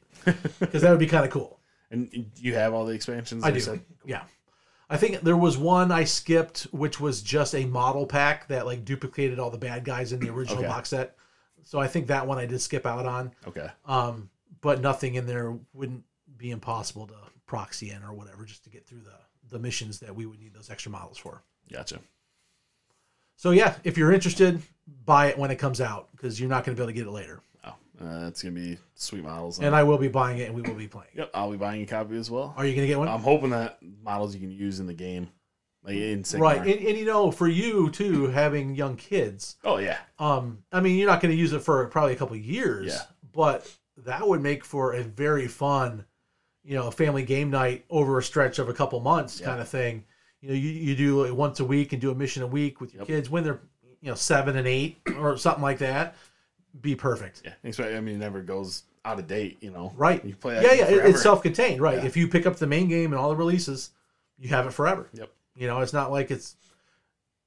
Speaker 1: because that would be kind of cool.
Speaker 3: And you have all the expansions.
Speaker 1: I
Speaker 3: they
Speaker 1: do.
Speaker 3: said?
Speaker 1: Yeah. I think there was one I skipped, which was just a model pack that like duplicated all the bad guys in the original
Speaker 3: Okay.
Speaker 1: box set. So I think that one I did skip out on.
Speaker 3: Okay.
Speaker 1: Um, but nothing in there wouldn't be impossible to proxy in or whatever just to get through the the missions that we would need those extra models for.
Speaker 3: Gotcha.
Speaker 1: So yeah, if you're interested, buy it when it comes out because you're not going to be able to get it later.
Speaker 3: Oh, uh, it's gonna be sweet models.
Speaker 1: And I will be buying it and we will be playing. it.
Speaker 3: Yep, I'll be buying a copy as well.
Speaker 1: Are you going to get one?
Speaker 3: I'm hoping that models you can use in the game, like in Sigmar.
Speaker 1: right. And, and you know, for you too, having young kids,
Speaker 3: oh yeah.
Speaker 1: Um, I mean, you're not going to use it for probably a couple of years,
Speaker 3: Yeah.
Speaker 1: but that would make for a very fun, you know, family game night over a stretch of a couple months
Speaker 3: Yeah.
Speaker 1: kind of thing. You know, you, you do it once a week and do a mission a week with your
Speaker 3: Yep.
Speaker 1: kids when they're, you know, seven and eight or something like that. Be perfect.
Speaker 3: Yeah. Especially, I mean, it never goes out of date. You know.
Speaker 1: Right.
Speaker 3: You play. That
Speaker 1: Yeah,
Speaker 3: game
Speaker 1: yeah, it-
Speaker 3: forever.
Speaker 1: it's self contained, right?
Speaker 3: Yeah.
Speaker 1: If you pick up the main game and all the releases, you have it forever.
Speaker 3: Yep.
Speaker 1: You know, it's not like it's,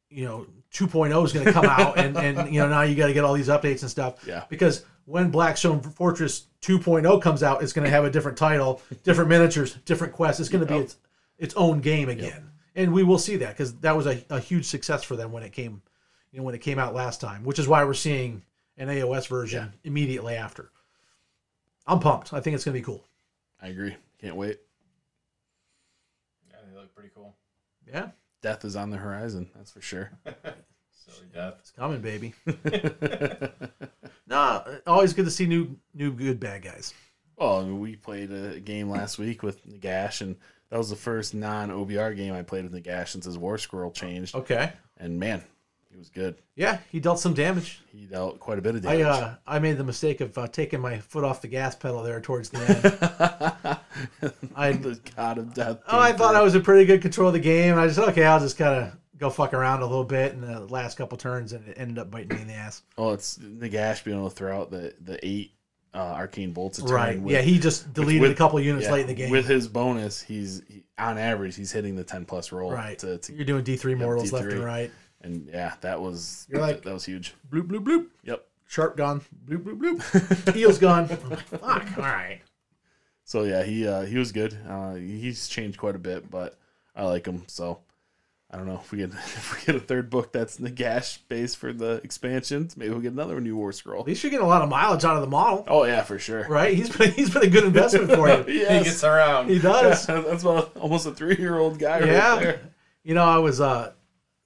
Speaker 1: you know, 2.0 is going to come out and, and, you know, now you got to get all these updates and stuff.
Speaker 3: Yeah.
Speaker 1: Because when Blackstone Fortress 2.0 comes out, it's going to have a different title, different miniatures, different quests. It's going to be
Speaker 3: Yep.
Speaker 1: its, its own game again. And we will see that because that was a, a huge success for them when it came, you know, when it came out last time, which is why we're seeing an AOS version immediately after. I'm pumped. I think it's going to be cool.
Speaker 3: I agree. Can't wait.
Speaker 2: Yeah, they look pretty cool.
Speaker 1: Yeah,
Speaker 3: Death is on the horizon. That's for sure.
Speaker 2: Silly death.
Speaker 1: it's coming,
Speaker 3: <laughs>
Speaker 1: baby. Nah, always good to see new, new good bad guys.
Speaker 3: Well, I mean, we played a game last week with Nagash, and that was the first non OBR game I played with Nagash since his War Squirrel changed.
Speaker 1: Okay.
Speaker 3: And man, he was good.
Speaker 1: Yeah, he dealt some damage.
Speaker 3: He dealt quite a bit of
Speaker 1: I
Speaker 3: damage.
Speaker 1: uh, I made the mistake of uh, taking my foot off the gas pedal there towards the end.
Speaker 3: <laughs>
Speaker 1: I-
Speaker 3: the god of death.
Speaker 1: oh, I
Speaker 3: came
Speaker 1: thought I
Speaker 3: through.
Speaker 1: was in pretty good control of the game. and I just said, okay, I'll just kind of go fuck around a little bit in the last couple turns, and it ended up biting me in the ass.
Speaker 3: Well, it's Nagash being able to throw out the the eight uh, arcane bolts. A turn
Speaker 1: Right?
Speaker 3: with-
Speaker 1: yeah, he just deleted
Speaker 3: with-
Speaker 1: a couple units
Speaker 3: yeah,
Speaker 1: late in the game.
Speaker 3: With his bonus, he's he, on average he's hitting the ten plus roll.
Speaker 1: right?
Speaker 3: To, to,
Speaker 1: You're doing D three mortals left and
Speaker 3: D3.
Speaker 1: right.
Speaker 3: and yeah, that was
Speaker 1: You're like-
Speaker 3: that
Speaker 1: <laughs>
Speaker 3: was huge.
Speaker 1: Bloop bloop bloop.
Speaker 3: Yep.
Speaker 1: Sharp gone. Bloop bloop
Speaker 3: <laughs>
Speaker 1: bloop. Eel's gone. I'm like, <laughs> fuck. All right.
Speaker 3: So yeah, he uh, he was good. Uh, he's changed quite a bit, but I like him. So I don't know if we get <laughs> if we get a third book that's the gash base for the expansions, maybe we'll get another new war
Speaker 1: At
Speaker 3: scroll.
Speaker 1: least you're getting a lot of mileage out of the model,
Speaker 3: Oh yeah, for sure.
Speaker 1: right? He's been he's been a good investment for you. <laughs>
Speaker 2: He
Speaker 3: <laughs> Yes.
Speaker 2: gets around.
Speaker 1: He does.
Speaker 3: Yeah, that's about almost a three year old guy
Speaker 1: Yeah.
Speaker 3: right there.
Speaker 1: You know, I was uh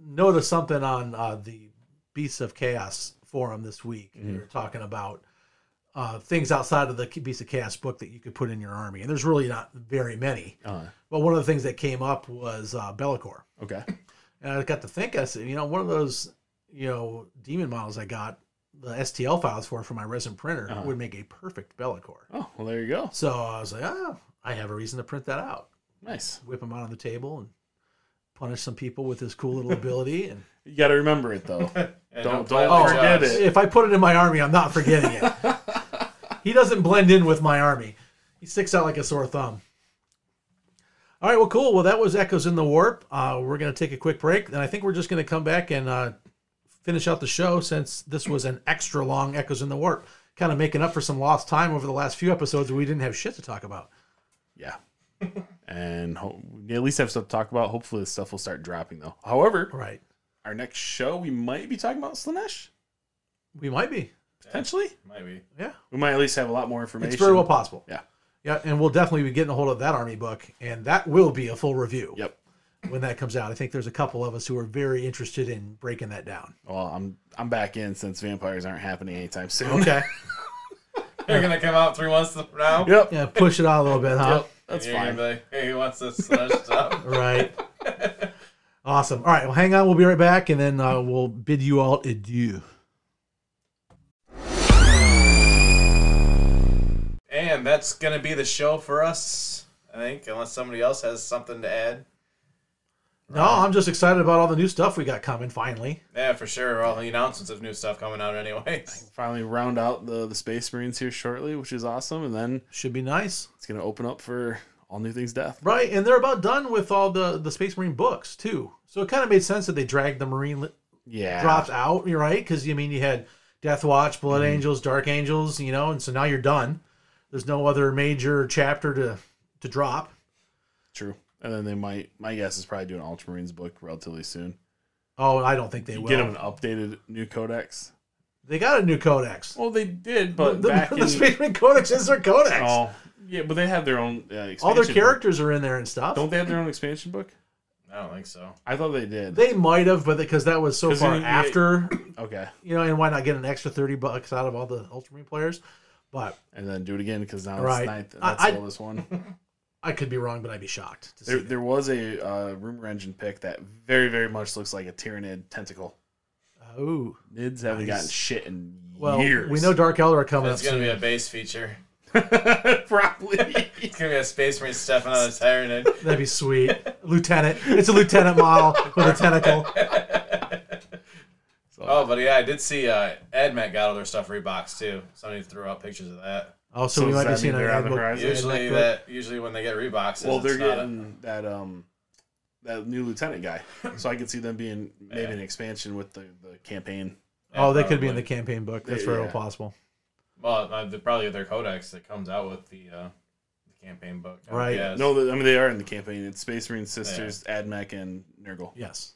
Speaker 1: noticed something on uh, the Beasts of Chaos forum this week. They were talking about uh, things outside of the Beasts of Chaos book that you could put in your army, and there's really not very many.
Speaker 3: Uh,
Speaker 1: But one of the things that came up was uh, Bellicor,
Speaker 3: okay.
Speaker 1: and I got to think. I said, you know, one of those you know demon models I got the STL files for for my resin printer
Speaker 3: Uh-huh.
Speaker 1: would make a perfect Bellicor.
Speaker 3: Oh well, there you go.
Speaker 1: So I was like, oh, I have a reason to print that out.
Speaker 3: Nice.
Speaker 1: whip him out on the table and punish some people with his cool little ability. And
Speaker 3: You got to remember it
Speaker 2: <laughs>
Speaker 3: though.
Speaker 2: And
Speaker 3: Don't-
Speaker 2: play
Speaker 3: don't
Speaker 2: with
Speaker 3: forget
Speaker 2: jobs.
Speaker 3: it.
Speaker 1: if I put it in my army, I'm not forgetting it. he doesn't blend in with my army. He sticks out like a sore thumb. All right, well, cool. Well, that was Echoes in the Warp. Uh, we're going to take a quick break, and I think we're just going to come back and uh, finish out the show since this was an extra long Echoes in the Warp, kind of making up for some lost time over the last few episodes where we didn't have shit to talk about.
Speaker 3: Yeah. and ho- we at least have stuff to talk about. Hopefully, this stuff will start dropping though. However,
Speaker 1: All right,
Speaker 3: our next show we might be talking about Slanesh
Speaker 1: we might be.
Speaker 3: potentially.
Speaker 2: Might be.
Speaker 1: Yeah.
Speaker 3: We might at least have a lot more information.
Speaker 1: It's very well possible.
Speaker 3: Yeah.
Speaker 1: Yeah, and we'll definitely be getting a hold of that army book, and that will be a full review
Speaker 3: Yep.
Speaker 1: when that comes out. I think there's a couple of us who are very interested in breaking that down.
Speaker 3: Well, I'm I'm back in since vampires aren't happening anytime soon. <laughs>
Speaker 1: <laughs> Okay.
Speaker 2: They're gonna come out three months from now.
Speaker 3: yep.
Speaker 1: yeah, push it out a little bit, huh?
Speaker 3: Yep. Uh-huh. That's
Speaker 2: and you're
Speaker 3: fine.
Speaker 2: Gonna be like, hey, who wants this slushed
Speaker 3: <laughs>
Speaker 2: up?
Speaker 1: Right. awesome. All right. Well, hang on. We'll be right back, and then uh, we'll bid you all adieu.
Speaker 2: And that's gonna be the show for us. I think, unless somebody else has something to add.
Speaker 1: No, I'm just excited about all the new stuff we got coming. Finally,
Speaker 2: Yeah, for sure. All the announcements of new stuff coming out,
Speaker 3: <laughs>
Speaker 2: anyways.
Speaker 3: Finally, round out the the Space Marines here shortly, which is awesome, and then
Speaker 1: should be nice.
Speaker 3: it's gonna open up for all new things death.
Speaker 1: Right, and they're about done with all the the Space Marine books too. So it kind of made sense that they dragged the Marine li-
Speaker 3: Yeah,
Speaker 1: drops out. You're right, because you mean you had Death Watch, Blood Angels, Dark Angels, you know, and so now you're done. There's no other major chapter to to drop.
Speaker 3: true. And then they might. My guess is probably do an Ultramarines book relatively soon.
Speaker 1: Oh, I don't think they will.
Speaker 3: Get them an updated new codex.
Speaker 1: They got a new codex.
Speaker 3: Well, they did, but
Speaker 1: the,
Speaker 3: back
Speaker 1: the
Speaker 3: in
Speaker 1: Space Marine codex is their codex.
Speaker 3: oh yeah, but they have their own uh, expansion
Speaker 1: all their
Speaker 3: book.
Speaker 1: characters are in there and stuff.
Speaker 3: Don't they have their own expansion book?
Speaker 2: I don't think so.
Speaker 3: I thought they did.
Speaker 1: they might have, but because that was so
Speaker 3: 'Cause
Speaker 1: far
Speaker 3: you- you-
Speaker 1: after,
Speaker 3: okay,
Speaker 1: you know, and why not get an extra thirty bucks out of all the Ultramarine players? But
Speaker 3: and then do it again because now
Speaker 1: Right.
Speaker 3: it's ninth. And
Speaker 1: I-
Speaker 3: that's
Speaker 1: I-
Speaker 3: the oldest one. <laughs>
Speaker 1: I could be wrong, but I'd be shocked. To see
Speaker 3: There,
Speaker 1: that.
Speaker 3: there was a uh, rumor engine pick that very, very much looks like a Tyranid tentacle.
Speaker 1: Oh,
Speaker 3: Nids haven't
Speaker 1: Nice.
Speaker 3: gotten shit in
Speaker 1: well,
Speaker 3: years.
Speaker 1: we know Dark Elder are coming
Speaker 2: It's
Speaker 1: up soon.
Speaker 2: gonna be a base feature. <laughs>
Speaker 3: <laughs>
Speaker 1: <laughs>
Speaker 3: probably.
Speaker 2: It's gonna be a space marine stepping on his tyrant.
Speaker 1: That'd be sweet.
Speaker 2: <laughs>
Speaker 1: lieutenant. It's a lieutenant model with a
Speaker 3: <laughs>
Speaker 1: tentacle. <laughs>
Speaker 2: Oh, but yeah, I did see uh, AdMet got all their stuff reboxed too. Somebody threw out pictures of that.
Speaker 1: Oh, so,
Speaker 3: So
Speaker 1: we
Speaker 3: does
Speaker 1: might be
Speaker 3: that
Speaker 1: seeing
Speaker 3: mean
Speaker 1: an
Speaker 3: they're on the
Speaker 1: ad book-
Speaker 3: horizon?
Speaker 2: Usually
Speaker 1: ad book.
Speaker 2: that usually when they get reboxes,
Speaker 3: <laughs> well, they're
Speaker 2: it's not a-
Speaker 3: getting that um that new lieutenant guy, so I could see them being
Speaker 2: <laughs>
Speaker 3: maybe an expansion with the, the campaign.
Speaker 2: yeah,
Speaker 1: Oh, they could be in the
Speaker 2: probably.
Speaker 1: campaign book. That's
Speaker 3: Yeah.
Speaker 1: very possible.
Speaker 2: well, uh, they're probably their codex that comes out with the, uh, the campaign book. I would
Speaker 1: Right.
Speaker 2: guess.
Speaker 3: No, the, I mean they are in the campaign. It's Space Marine Sisters, Admech, and Nurgle.
Speaker 1: Yes.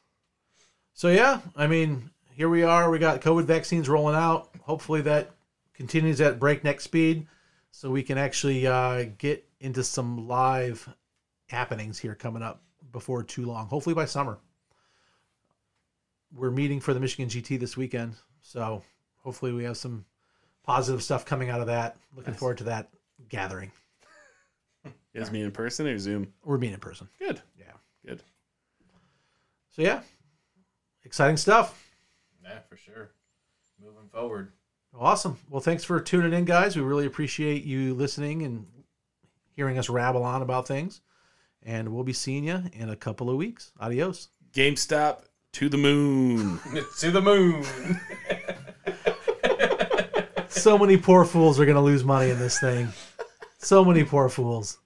Speaker 1: So yeah, I mean, here we are. We got COVID vaccines rolling out. Hopefully that continues at breakneck speed, so we can actually uh, get into some live happenings here coming up before too long. Hopefully by summer. We're meeting for the Michigan GT this weekend, so hopefully we have some positive stuff coming out of that. Looking forward to that gathering.
Speaker 3: You guys meet in person or Zoom?
Speaker 1: We're meeting in person.
Speaker 3: Good.
Speaker 1: Yeah.
Speaker 3: Good.
Speaker 1: So yeah, exciting stuff.
Speaker 2: yeah, for sure. Moving forward. <laughs>
Speaker 1: Awesome. Well, thanks for tuning in, guys. We really appreciate you listening and hearing us rabble on about things. And we'll be seeing you in a couple of weeks. Adios.
Speaker 3: GameStop to
Speaker 1: <laughs>
Speaker 3: the moon.
Speaker 2: to the moon.
Speaker 1: So many poor fools are going to lose money in this thing. So many poor fools.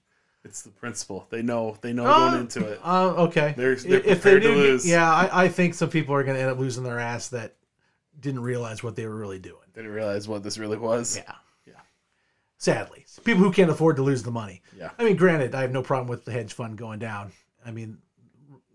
Speaker 3: it's the principle. They know. They know
Speaker 1: Oh.
Speaker 3: going into it.
Speaker 1: Uh, okay.
Speaker 3: They're- they're prepared to
Speaker 1: do-
Speaker 3: lose.
Speaker 1: Yeah, I, I think some people are going to end up losing their ass that didn't realize what they were really doing.
Speaker 3: Didn't realize what this really was.
Speaker 1: Yeah.
Speaker 3: Yeah.
Speaker 1: Sadly, people who can't afford to lose the money.
Speaker 3: Yeah.
Speaker 1: I mean, granted, I have no problem with the hedge fund going down. I mean,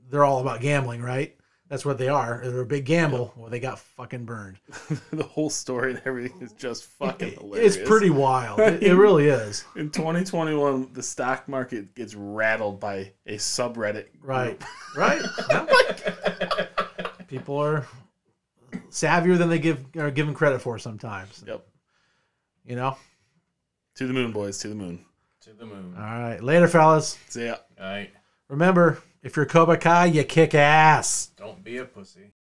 Speaker 1: they're all about gambling, right? That's what they are. They're a big gamble. Well, they got fucking burned.
Speaker 3: <laughs> the whole story and everything is just fucking hilarious.
Speaker 1: It's pretty wild. It,
Speaker 3: <laughs>
Speaker 1: it really is.
Speaker 3: In 2021, the stock market gets rattled by a subreddit.
Speaker 1: Right.
Speaker 3: <laughs>
Speaker 1: Right. Yeah. People are savvier than they give are given credit for sometimes.
Speaker 3: Yep.
Speaker 1: You know?
Speaker 3: To the moon, boys. To the moon.
Speaker 2: to the moon.
Speaker 1: All right. Later, fellas.
Speaker 3: See ya.
Speaker 2: All right.
Speaker 1: Remember, if you're Cobra Kai, you kick ass.
Speaker 2: Don't be a pussy.